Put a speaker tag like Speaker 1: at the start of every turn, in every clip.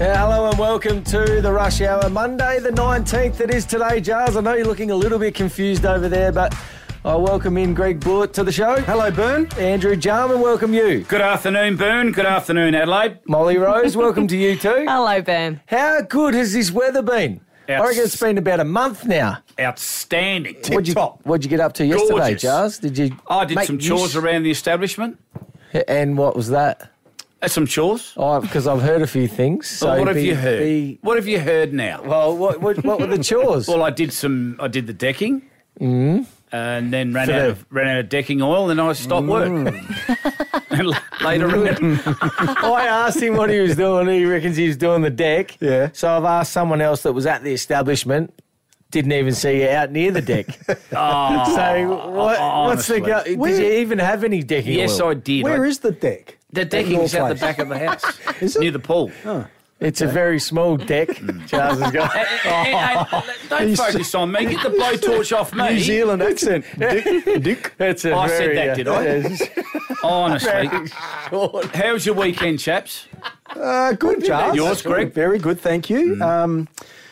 Speaker 1: Yeah, hello and welcome to the Rush Hour, Monday the 19th. It is today, Giles. I know you're looking a little bit confused over there, but I welcome in Greg Bullitt to the show.
Speaker 2: Hello, Byrne.
Speaker 1: Andrew Jarman, welcome you.
Speaker 3: Good afternoon, Boone. Good afternoon, Adelaide.
Speaker 1: Molly Rose, welcome to you too.
Speaker 4: Oh.
Speaker 5: Hello, Ben.
Speaker 1: How good has this weather been? I
Speaker 3: Outs-
Speaker 1: reckon it's been about a month now.
Speaker 3: Outstanding.
Speaker 1: What'd you,
Speaker 2: Tip-top.
Speaker 1: what'd you get up to yesterday,
Speaker 3: Gorgeous.
Speaker 1: Giles? Did you?
Speaker 3: I did
Speaker 1: make
Speaker 3: some
Speaker 1: use-
Speaker 3: chores around the establishment.
Speaker 1: And what was that?
Speaker 3: Uh, some chores.
Speaker 1: Because I've heard a few things. So
Speaker 3: what have
Speaker 1: be-
Speaker 3: you heard?
Speaker 1: be-
Speaker 3: What have you heard now? Well,
Speaker 1: well, what, what, what were the chores?
Speaker 3: I did some. I did the decking. Mm. And then ran
Speaker 1: For
Speaker 3: out
Speaker 1: the-
Speaker 3: of ran out of decking oil, and I stopped work. and la- later on,
Speaker 1: I asked him what he was doing. He reckons he was doing the deck.
Speaker 2: Yeah.
Speaker 1: So I've asked someone else that was at the establishment. Didn't even see you out near the deck.
Speaker 3: Ah,
Speaker 1: so what, what's
Speaker 3: honestly.
Speaker 1: the go? Did
Speaker 2: Oh, Where-
Speaker 1: you even have any decking?
Speaker 3: yes,
Speaker 1: oil?
Speaker 3: I did.
Speaker 2: Where
Speaker 3: I,
Speaker 2: is the deck?
Speaker 3: the
Speaker 2: North
Speaker 3: decking's out the
Speaker 2: Face?
Speaker 3: back of the house,
Speaker 2: Is it?
Speaker 3: near the pool.
Speaker 1: It's a very small deck.
Speaker 3: Mm.
Speaker 1: Charles has got
Speaker 3: Hey, hey, don't focus on me. Get the blowtorch off me.
Speaker 2: New Zealand accent. Dick. Dick.
Speaker 1: It's a
Speaker 3: I said
Speaker 1: very,
Speaker 3: that,
Speaker 1: uh,
Speaker 3: did I?
Speaker 1: yes.
Speaker 3: Honestly, how was your weekend, chaps?
Speaker 2: Uh, good, Charles.
Speaker 3: Yours, Greg? Mm.
Speaker 2: Very good, thank you. Um,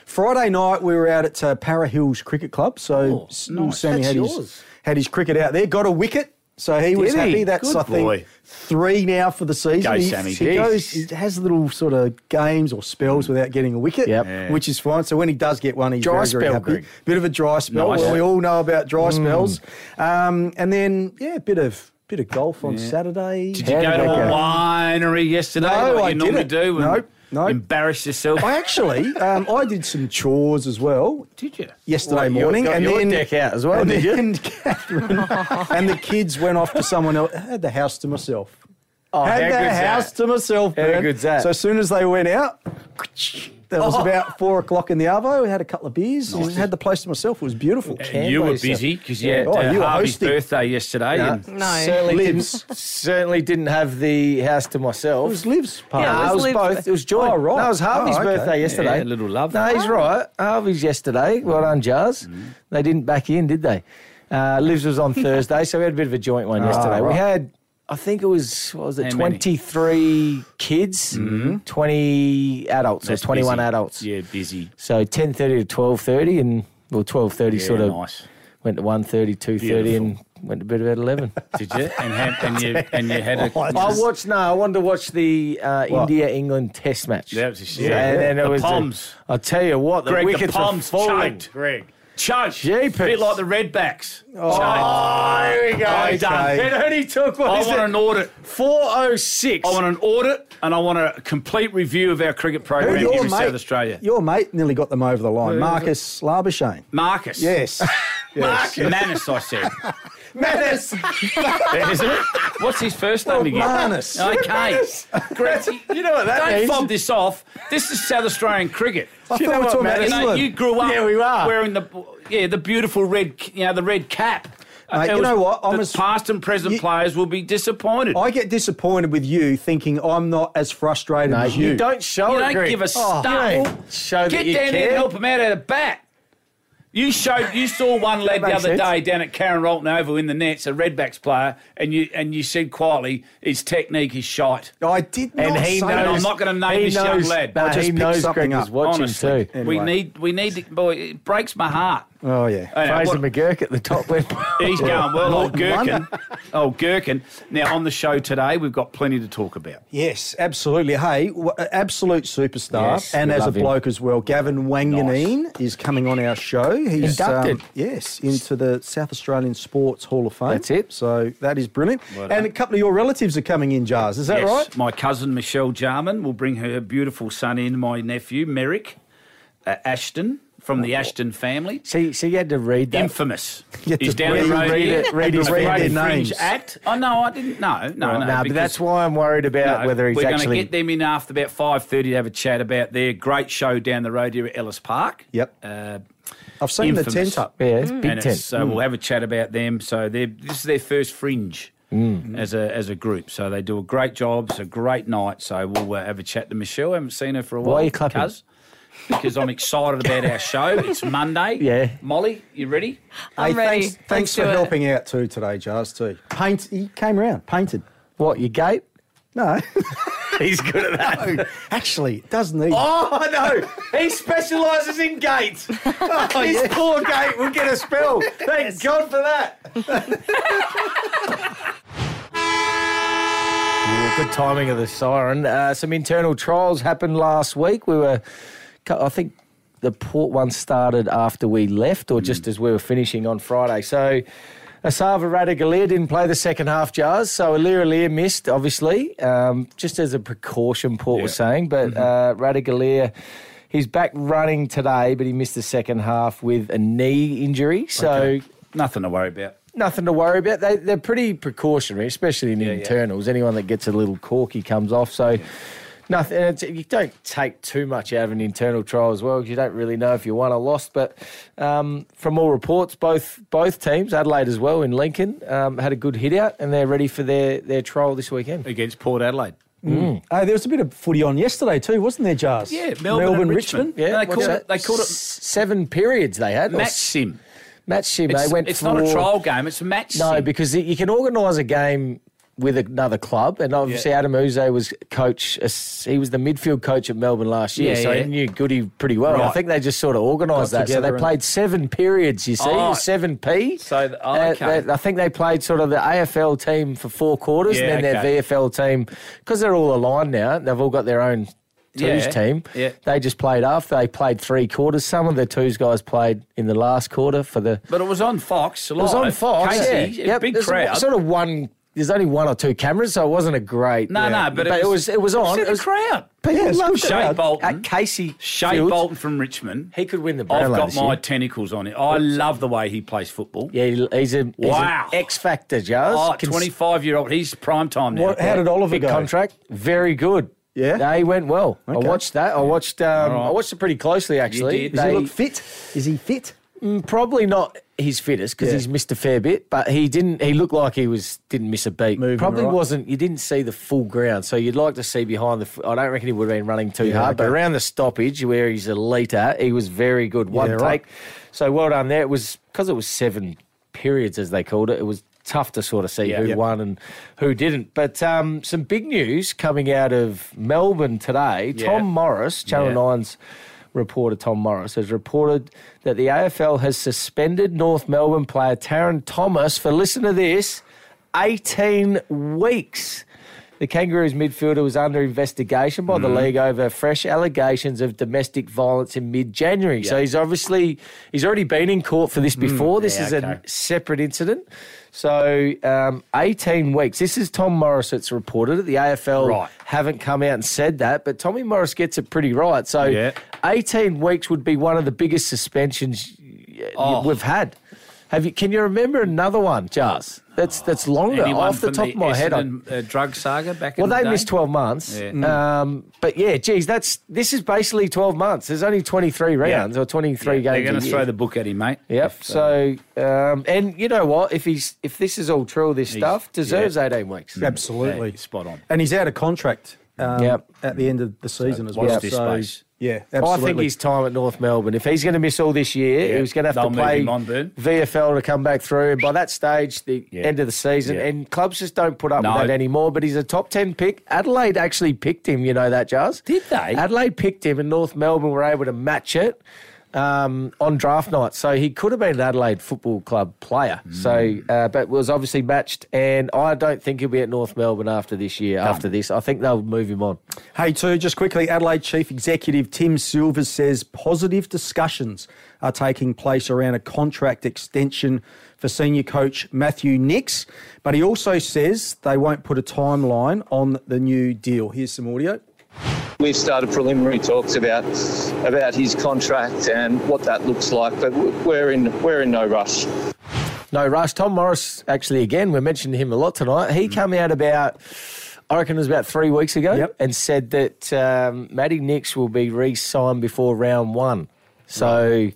Speaker 2: Friday night, we were out at uh, Para Hills Cricket Club. So
Speaker 3: Oh,
Speaker 2: S-
Speaker 3: nice.
Speaker 2: Sammy
Speaker 3: That's
Speaker 2: had his,
Speaker 3: yours.
Speaker 2: had his cricket out there, got a wicket. So he was
Speaker 3: he?
Speaker 2: happy. That's,
Speaker 3: Good
Speaker 2: I think,
Speaker 3: boy.
Speaker 2: three now for the season.
Speaker 3: Go,
Speaker 2: he,
Speaker 3: Sammy. Mm.
Speaker 2: He,
Speaker 3: Jeez.
Speaker 2: goes, he has little sort of games or spells without getting a wicket,
Speaker 1: Yep.
Speaker 3: Yeah.
Speaker 2: which is fine. So when he does get one, he's
Speaker 1: Dry
Speaker 2: very, very
Speaker 1: spell,
Speaker 2: happy.
Speaker 1: Greg.
Speaker 2: Bit of a dry spell.
Speaker 3: Nice. Mm.
Speaker 2: Well, we all know about dry spells. Um, and then, yeah, a bit of, bit of golf on Saturday.
Speaker 3: Did you
Speaker 1: How
Speaker 3: go
Speaker 1: did
Speaker 3: to a
Speaker 1: that go?
Speaker 3: winery yesterday?
Speaker 2: No,
Speaker 3: like
Speaker 2: I
Speaker 3: you normally
Speaker 2: didn't.
Speaker 3: do. And
Speaker 2: Nope, nope.
Speaker 3: Embarrass yourself.
Speaker 2: I actually, um, I did some chores as well
Speaker 3: Did you?
Speaker 2: yesterday
Speaker 1: What, you
Speaker 2: morning,
Speaker 1: got
Speaker 2: and
Speaker 1: your
Speaker 2: then
Speaker 1: deck out as well,
Speaker 2: and
Speaker 1: did you?
Speaker 2: then Catherine and the kids went off to someone else. I had the house to myself.
Speaker 1: Oh, how
Speaker 2: had
Speaker 1: good's
Speaker 2: the
Speaker 1: that?
Speaker 2: house to myself.
Speaker 1: How
Speaker 2: man.
Speaker 1: good's that? Oh.
Speaker 2: So as soon as they went out, that was about four o'clock in the arvo. We had a couple of beers. and Had the place to myself. It was beautiful.
Speaker 3: And you were busy because you had
Speaker 2: Oh,
Speaker 3: uh,
Speaker 2: you were
Speaker 3: Harvey's
Speaker 2: hosting.
Speaker 3: birthday yesterday.
Speaker 1: No,
Speaker 3: And
Speaker 5: No.
Speaker 1: certainly
Speaker 2: Lives.
Speaker 1: didn't. Certainly didn't have the house to myself.
Speaker 2: It was Liv's part.
Speaker 5: Yeah,
Speaker 1: No,
Speaker 5: it
Speaker 1: it
Speaker 5: was
Speaker 1: was
Speaker 5: Liv's-
Speaker 1: both. It was joint.
Speaker 2: Oh, right.
Speaker 1: No, it was Harvey's
Speaker 2: Oh, okay.
Speaker 1: birthday yesterday.
Speaker 3: Yeah, a little love. Oh. Mm-hmm.
Speaker 1: No, he's right. Harvey's yesterday. Well done, Jars. They didn't back in, did they? Uh, Liv's was on Thursday, so we had a bit of a joint one yesterday. We
Speaker 2: right.
Speaker 1: had, I think it was, what was it,
Speaker 3: Ah, How many? Mm-hmm.
Speaker 1: 23 kids, 20 adults,
Speaker 3: that's
Speaker 1: or 21
Speaker 3: busy.
Speaker 1: adults.
Speaker 3: Yeah, busy.
Speaker 1: So 10.30 to 12.30 and, well, 12.30
Speaker 3: Yeah,
Speaker 1: sort of
Speaker 3: nice.
Speaker 1: went to 1.30, 2.30 and went to bed about 11.
Speaker 3: Did you? And, had, and you and you had a.
Speaker 2: I
Speaker 1: I
Speaker 2: Just-
Speaker 1: watched. No, I wanted to watch the uh,
Speaker 2: What?
Speaker 1: India-England Test match.
Speaker 3: That was a shit.
Speaker 1: And then it
Speaker 3: The
Speaker 1: was the-
Speaker 3: Poms.
Speaker 1: I'll tell you what, the
Speaker 3: Greg, the
Speaker 1: wickets were
Speaker 3: palms
Speaker 1: falling.
Speaker 3: choked. Greg. Choked.
Speaker 1: Jeepers.
Speaker 3: Bit like the Redbacks. Oh,
Speaker 1: There we go.
Speaker 3: I done.
Speaker 1: It only took what
Speaker 3: I
Speaker 1: is
Speaker 3: want
Speaker 1: it?
Speaker 3: an audit.
Speaker 1: Four oh six.
Speaker 3: I want an audit, and I want a complete review of our cricket program here in South Australia.
Speaker 2: Your mate nearly got them over the line. Marcus Labuschagne.
Speaker 3: Marcus.
Speaker 2: Yes.
Speaker 3: Marcus. Manus, I said.
Speaker 2: Manus.
Speaker 3: Is it? What's his first name again?
Speaker 2: Oh, Manus.
Speaker 3: Okay. Greg,
Speaker 1: You know what that
Speaker 3: don't
Speaker 1: means?
Speaker 3: fob this off. This is South Australian cricket.
Speaker 2: I thought we
Speaker 1: know
Speaker 2: were
Speaker 1: what,
Speaker 2: talking about
Speaker 1: mate?
Speaker 3: You, know,
Speaker 2: England.
Speaker 3: you grew up
Speaker 1: Yeah, we are.
Speaker 3: wearing the yeah, the beautiful red you know, the red cap. Uh,
Speaker 2: Mate,
Speaker 3: It
Speaker 2: you know what? I'm
Speaker 3: the
Speaker 2: as-
Speaker 3: past and present
Speaker 2: you-
Speaker 3: players will be disappointed.
Speaker 2: I get disappointed with you thinking I'm not as frustrated
Speaker 1: No,
Speaker 2: as
Speaker 1: you,
Speaker 2: you.
Speaker 1: don't show
Speaker 3: You
Speaker 1: it.
Speaker 3: don't
Speaker 1: Greg.
Speaker 3: give a
Speaker 1: Oh,
Speaker 3: stuff.
Speaker 1: you don't show
Speaker 3: Get
Speaker 1: that you
Speaker 3: down
Speaker 1: care.
Speaker 3: there and help him out at the bat. You showed you saw one lad the
Speaker 1: makes
Speaker 3: other
Speaker 1: sense.
Speaker 3: day down at Karen Rolton Oval in the nets, a Redbacks player, and you and you said quietly his technique is shite.
Speaker 2: I did not
Speaker 1: And he
Speaker 2: say
Speaker 1: knows.
Speaker 2: that.
Speaker 3: I'm not gonna name
Speaker 1: he
Speaker 3: this
Speaker 1: knows,
Speaker 3: young lad.
Speaker 1: but
Speaker 2: I just
Speaker 1: he
Speaker 2: picked
Speaker 1: knows
Speaker 2: something
Speaker 1: Greg was
Speaker 2: up.
Speaker 1: watching
Speaker 3: Honestly,
Speaker 1: too.
Speaker 3: we
Speaker 2: Anyway.
Speaker 3: need we need to, boy. It breaks my heart.
Speaker 2: Oh yeah.
Speaker 3: I know,
Speaker 1: Fraser
Speaker 3: what-
Speaker 1: McGurk at the top left.
Speaker 3: He's going well, old
Speaker 2: one.
Speaker 3: Gherkin. old Gherkin. Now on the show today, we've got plenty to talk about.
Speaker 2: Yes, absolutely. Hey, w- absolute superstar,
Speaker 1: Yes,
Speaker 2: and
Speaker 1: we
Speaker 2: as a
Speaker 1: love him.
Speaker 2: bloke as well. Gavin Wanganeen is coming on our show. He's um,
Speaker 1: Inducted.
Speaker 2: yes, into the South Australian Sports Hall of Fame.
Speaker 1: That's it.
Speaker 2: So that is brilliant.
Speaker 3: done.
Speaker 2: and a couple of your relatives are coming in, Jars. Is that
Speaker 3: Yes,
Speaker 2: right?
Speaker 3: My cousin Michelle Jarman will bring her beautiful son in. My nephew Merrick uh, Ashton from the Ashton family.
Speaker 1: She she had to read that.
Speaker 3: Infamous.
Speaker 2: You had
Speaker 3: He's
Speaker 2: to
Speaker 3: down
Speaker 2: read-
Speaker 3: the road
Speaker 1: read
Speaker 3: here.
Speaker 1: it- read
Speaker 3: He's
Speaker 1: his- read
Speaker 3: a
Speaker 1: their
Speaker 3: great fringe
Speaker 2: names.
Speaker 3: act. Oh no, I didn't. No, no, no.
Speaker 1: no, but
Speaker 3: because-
Speaker 1: that's why I'm worried about
Speaker 3: no,
Speaker 1: whether he's
Speaker 3: we're
Speaker 1: actually.
Speaker 3: going to get them in after about five thirty to have a chat about their great show down the road here at Ellis Park.
Speaker 2: Yep.
Speaker 3: Uh,
Speaker 2: I've seen
Speaker 3: infamous.
Speaker 2: the tent up.
Speaker 1: yeah, it's big
Speaker 3: and
Speaker 1: tent. Mm.
Speaker 3: it's, so we'll have a chat about them. So they're, this is their first fringe
Speaker 1: Mm.
Speaker 3: as a as a group. So they do a great job. It's a great night. So we'll uh, have a chat to Michelle. I haven't seen her for a while.
Speaker 1: are you clapping?
Speaker 3: cuz. because I'm excited about our show. It's Monday.
Speaker 1: Yeah.
Speaker 3: Molly, you ready?
Speaker 5: I'm ready.
Speaker 2: Thanks,
Speaker 5: Let's
Speaker 2: thanks for
Speaker 5: do it.
Speaker 2: helping out too today, Jars. Too paint. He came around, painted.
Speaker 1: What, your gate?
Speaker 2: No,
Speaker 3: He's good at that.
Speaker 2: No, actually, it does need.
Speaker 1: Oh, I know. He specialises in gates. His poor gate would get a spell. Thank God for that. Yeah, Good timing of the siren. Uh, some internal trials happened last week. We were, I think, the port one started after we left, or just as we were finishing on Friday. So, Asava Radagalia didn't play the second half, Jars. So Alir Alir missed, obviously, um, just as a precaution. Port was
Speaker 3: Yeah.
Speaker 1: saying, but uh, Radagalia. He's back running today, but he missed the second half with a knee injury. So
Speaker 3: Nothing to worry about.
Speaker 1: nothing to worry about. They, they're pretty precautionary, especially in
Speaker 3: yeah.
Speaker 1: internals. Anyone that gets a little corky comes off. So nothing. and It's, you don't take too much out of an internal trial as well 'cause you don't really know if you won or lost. But um, from all reports, both both teams, Adelaide as well in Lincoln, um, had a good hit out and they're ready for their, their trial this weekend.
Speaker 3: Against Port Adelaide.
Speaker 2: Oh, there was a bit of footy on yesterday too, wasn't there, Jars?
Speaker 3: Yeah, Melbourne and Richmond.
Speaker 1: Yeah,
Speaker 3: They
Speaker 1: what's
Speaker 3: called
Speaker 1: that?
Speaker 3: it- they called it-
Speaker 1: S- seven periods. They had or
Speaker 3: Match
Speaker 1: Oh, s-
Speaker 3: sim.
Speaker 1: match sim.
Speaker 3: It's,
Speaker 1: they went.
Speaker 3: it's
Speaker 1: for,
Speaker 3: not a trial game. It's a match
Speaker 1: No,
Speaker 3: sim.
Speaker 1: because you can organise a game with another club, and obviously
Speaker 3: Yeah.
Speaker 1: Adam Uze was coach. He was the midfield coach at Melbourne last year,
Speaker 3: Yeah,
Speaker 1: so
Speaker 3: yeah.
Speaker 1: he knew Goody pretty well. I
Speaker 3: Right.
Speaker 1: think they just sort of organised
Speaker 2: Got
Speaker 1: that. So
Speaker 2: together
Speaker 1: they
Speaker 2: and-
Speaker 1: played seven periods. You see,
Speaker 3: Oh.
Speaker 1: seven P.
Speaker 3: So th- oh, okay.
Speaker 1: I think they played sort of the AFL team for four quarters,
Speaker 3: Yeah,
Speaker 1: and then
Speaker 3: okay.
Speaker 1: their VFL team because they're all aligned now. They've all got their own. Twos
Speaker 3: Yeah,
Speaker 1: team,
Speaker 3: yeah.
Speaker 1: they just played after they played three quarters. Some of the twos guys played in the last quarter for the
Speaker 3: but it was on Fox.
Speaker 1: it was on
Speaker 3: live.
Speaker 1: Fox.
Speaker 3: Casey,
Speaker 1: yeah.
Speaker 3: a
Speaker 1: Yep,
Speaker 3: big
Speaker 1: there's
Speaker 3: crowd.
Speaker 1: Sort of one. There's only one or two cameras, so it wasn't a great.
Speaker 3: No, no, but it
Speaker 1: it
Speaker 3: was-
Speaker 1: was it was on.
Speaker 3: It's in
Speaker 1: It
Speaker 3: the
Speaker 1: was,
Speaker 3: crowd.
Speaker 1: people
Speaker 2: Yeah, it's
Speaker 1: loved
Speaker 2: good
Speaker 1: it.
Speaker 3: Shea
Speaker 1: At
Speaker 3: Bolton.
Speaker 1: Casey
Speaker 3: Shea
Speaker 1: Fields,
Speaker 3: Bolton from Richmond.
Speaker 1: he could win the.
Speaker 3: I've
Speaker 1: Brownlow
Speaker 3: got
Speaker 1: this
Speaker 3: my
Speaker 1: year.
Speaker 3: tentacles on it. I love the way he plays football.
Speaker 1: Yeah, he- he's a he's
Speaker 3: Wow.
Speaker 1: an X factor, Jars.
Speaker 3: Oh,
Speaker 1: Cons-
Speaker 3: 25 year old. He's prime time now.
Speaker 2: What- how did Oliver
Speaker 1: big
Speaker 2: go?
Speaker 1: contract. Very good.
Speaker 2: Yeah?
Speaker 1: they went well.
Speaker 2: Okay.
Speaker 1: I watched that. I watched. Um,
Speaker 3: All right.
Speaker 1: I watched it pretty closely, actually.
Speaker 3: did.
Speaker 2: Does
Speaker 1: They-
Speaker 2: he look fit? Is he fit?
Speaker 1: Mm, Probably not his fittest because
Speaker 2: Yeah.
Speaker 1: he's missed a fair bit, but he didn't. He looked like he was didn't miss a beat.
Speaker 2: Moving
Speaker 1: Probably
Speaker 2: right.
Speaker 1: wasn't. You didn't see the full ground, so you'd like to see behind the. f- I don't reckon he would have been running too hard, but
Speaker 2: okay.
Speaker 1: around the stoppage where he's elite at, he was very good. One
Speaker 2: Yeah,
Speaker 1: take,
Speaker 2: right.
Speaker 1: so well done there. It was because it was seven periods as they called it. It was tough to sort of see
Speaker 3: Yeah.
Speaker 1: who
Speaker 3: Yep.
Speaker 1: won and who didn't. But um, some big news coming out of Melbourne today.
Speaker 3: Yeah.
Speaker 1: Tom Morris, Channel
Speaker 3: Yeah.
Speaker 1: 9's reporter Tom Morris, has reported that the AFL has suspended North Melbourne player Taryn Thomas for, listen to this, 18 weeks. The Kangaroos midfielder was under investigation by the
Speaker 3: Mm-hmm.
Speaker 1: league over fresh allegations of domestic violence in mid-January. So
Speaker 3: Yeah. Mm,
Speaker 1: he's obviously he's already been in court for this before. this
Speaker 3: yeah,
Speaker 1: is
Speaker 3: okay.
Speaker 1: a separate incident. So um, 18 weeks. This is Tom Morris that's reported it. The AFL
Speaker 3: Right.
Speaker 1: haven't come out and said that, but Tommy Morris gets it pretty right. So
Speaker 3: Yeah.
Speaker 1: 18 weeks would be one of the biggest suspensions y-
Speaker 3: Oh.
Speaker 1: we've had. Have you? Can you remember another one, Jars? That's that's longer.
Speaker 3: Anyone
Speaker 1: Off the
Speaker 3: from
Speaker 1: top of my head, I-
Speaker 3: Essendon, uh, drug saga back
Speaker 1: well,
Speaker 3: in the
Speaker 1: they
Speaker 3: day?
Speaker 1: missed 12 months.
Speaker 3: Yeah.
Speaker 1: Um, but yeah, geez, that's this is basically 12 months. There's only 23 rounds or 23
Speaker 3: Yeah, They're
Speaker 1: games.
Speaker 3: going
Speaker 1: a
Speaker 3: to
Speaker 1: year.
Speaker 3: throw the book at him, mate.
Speaker 1: Yep. So, um, and you know what? If he's if this is all true, this
Speaker 3: He's-
Speaker 1: stuff deserves 18 weeks.
Speaker 2: Absolutely.
Speaker 3: Yeah, spot on.
Speaker 2: And he's out of contract um,
Speaker 1: Yep.
Speaker 2: at the end of the season as
Speaker 3: watch
Speaker 2: well.
Speaker 3: this
Speaker 2: so,
Speaker 3: space.
Speaker 2: Yeah,
Speaker 1: I
Speaker 2: absolutely.
Speaker 1: think his time at North Melbourne, if he's going to miss all this year,
Speaker 3: Yeah.
Speaker 1: he was going to have
Speaker 3: They'll
Speaker 1: to
Speaker 3: move
Speaker 1: play
Speaker 3: him on, Burn.
Speaker 1: VFL to come back through. And by that stage, the
Speaker 3: Yeah.
Speaker 1: end of the season,
Speaker 3: Yeah.
Speaker 1: and clubs just don't put up
Speaker 3: No.
Speaker 1: with that anymore. But he's a top 10 pick. Adelaide actually picked him, you know that, Jars?
Speaker 3: Did they?
Speaker 1: Adelaide picked him, and North Melbourne were able to match it. Um, on draft night, so he could have been an Adelaide Football Club player.
Speaker 3: Hmm.
Speaker 1: So, uh, but was obviously matched, and I don't think he'll be at North Melbourne after this year. After this, I think they'll move him on.
Speaker 2: Hey, too, just quickly, Adelaide Chief Executive Tim Silvers says positive discussions are taking place around a contract extension for senior coach Matthew Nix, but he also says they won't put a timeline on the new deal. Here's some audio.
Speaker 5: We've started preliminary talks about about his contract and what that looks like, but we're in we're in no rush.
Speaker 1: No rush. Tom Morris, actually, again, we mentioned him a lot tonight.
Speaker 3: Mm.
Speaker 1: He came out about, I reckon it was about three weeks ago,
Speaker 2: Yep.
Speaker 1: and said that um, Matty Nix will be re signed before round one. So,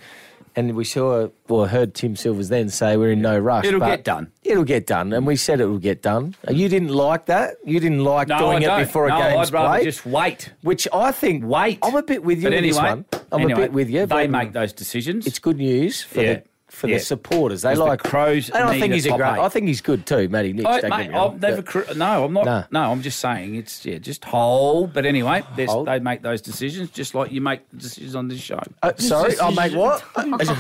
Speaker 1: and we saw, well, heard Tim Silvers then say we're in no rush.
Speaker 3: It'll
Speaker 1: but
Speaker 3: get done.
Speaker 1: It'll get done. And we said it will get done. You didn't like that. You didn't like
Speaker 3: No,
Speaker 1: doing
Speaker 3: I don't.
Speaker 1: it before
Speaker 3: no,
Speaker 1: a game's
Speaker 3: I'd rather
Speaker 1: played.
Speaker 3: just wait.
Speaker 1: Which I think.
Speaker 3: Wait.
Speaker 1: I'm a bit with you
Speaker 3: But
Speaker 1: in
Speaker 3: anyway,
Speaker 1: this one. I'm
Speaker 3: anyway,
Speaker 1: a bit with you.
Speaker 3: They
Speaker 1: but
Speaker 3: make those decisions.
Speaker 1: It's good news for
Speaker 3: Yeah.
Speaker 1: the for
Speaker 3: Yeah.
Speaker 1: the supporters. They
Speaker 3: 'Cause the
Speaker 1: like
Speaker 3: Crows
Speaker 1: And I
Speaker 3: need
Speaker 1: think
Speaker 3: a
Speaker 1: he's a
Speaker 3: top
Speaker 1: great.
Speaker 3: eight.
Speaker 1: I think he's good too, Matty Nix.
Speaker 3: Oh,
Speaker 1: don't get
Speaker 3: mate,
Speaker 1: me wrong,
Speaker 3: I've never.
Speaker 1: but-
Speaker 3: Cri- no, I'm not.
Speaker 1: No.
Speaker 3: No. I'm just saying it's yeah, just hold. But anyway, there's-
Speaker 1: Hold.
Speaker 3: they make those decisions just like you make the decisions on this show.
Speaker 1: Oh, sorry, I'll make what? running out of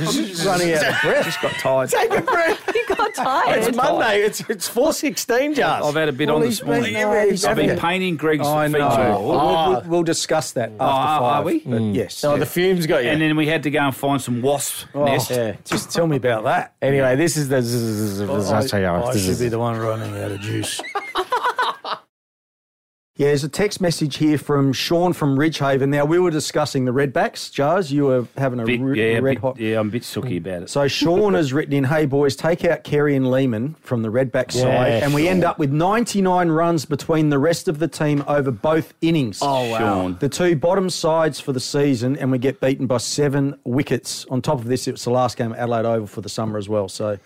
Speaker 1: breath.
Speaker 3: Just got tired.
Speaker 1: Take a breath.
Speaker 4: You got tired.
Speaker 1: It's Monday. It's it's four sixteen, just.
Speaker 3: I've had a bit on this morning. I've been painting Greg's
Speaker 2: I
Speaker 3: feet
Speaker 2: know. We'll,
Speaker 3: all.
Speaker 2: we'll- we'll discuss that after
Speaker 3: Ah. are
Speaker 2: five.
Speaker 3: we? Hmm.
Speaker 2: But Yes.
Speaker 1: No,
Speaker 2: yeah.
Speaker 1: Oh, the fumes got you.
Speaker 3: And then we had to go and find some wasp
Speaker 2: Oh,
Speaker 3: nest.
Speaker 1: yeah.
Speaker 2: Just tell me about that.
Speaker 1: Anyway, this is the.
Speaker 2: I, I should be the one running out of juice. Yeah, there's a text message here from Sean from Ridgehaven. Now, we were discussing the Redbacks, Jars. You were having a
Speaker 3: Bit-
Speaker 2: re-
Speaker 3: yeah,
Speaker 2: red
Speaker 3: bit-
Speaker 2: hot.
Speaker 3: yeah, I'm a bit sooky about it.
Speaker 2: So, Sean has written in, Hey, boys, take out Kerry and Lehman from the Redback side.
Speaker 1: Yeah,
Speaker 2: And we end up with 99 runs between the rest of the team over both innings.
Speaker 3: Oh, wow. Sean.
Speaker 2: The two bottom sides for the season, and we get beaten by seven wickets. On top of this, it was the last game at Adelaide Oval for the summer as well. So,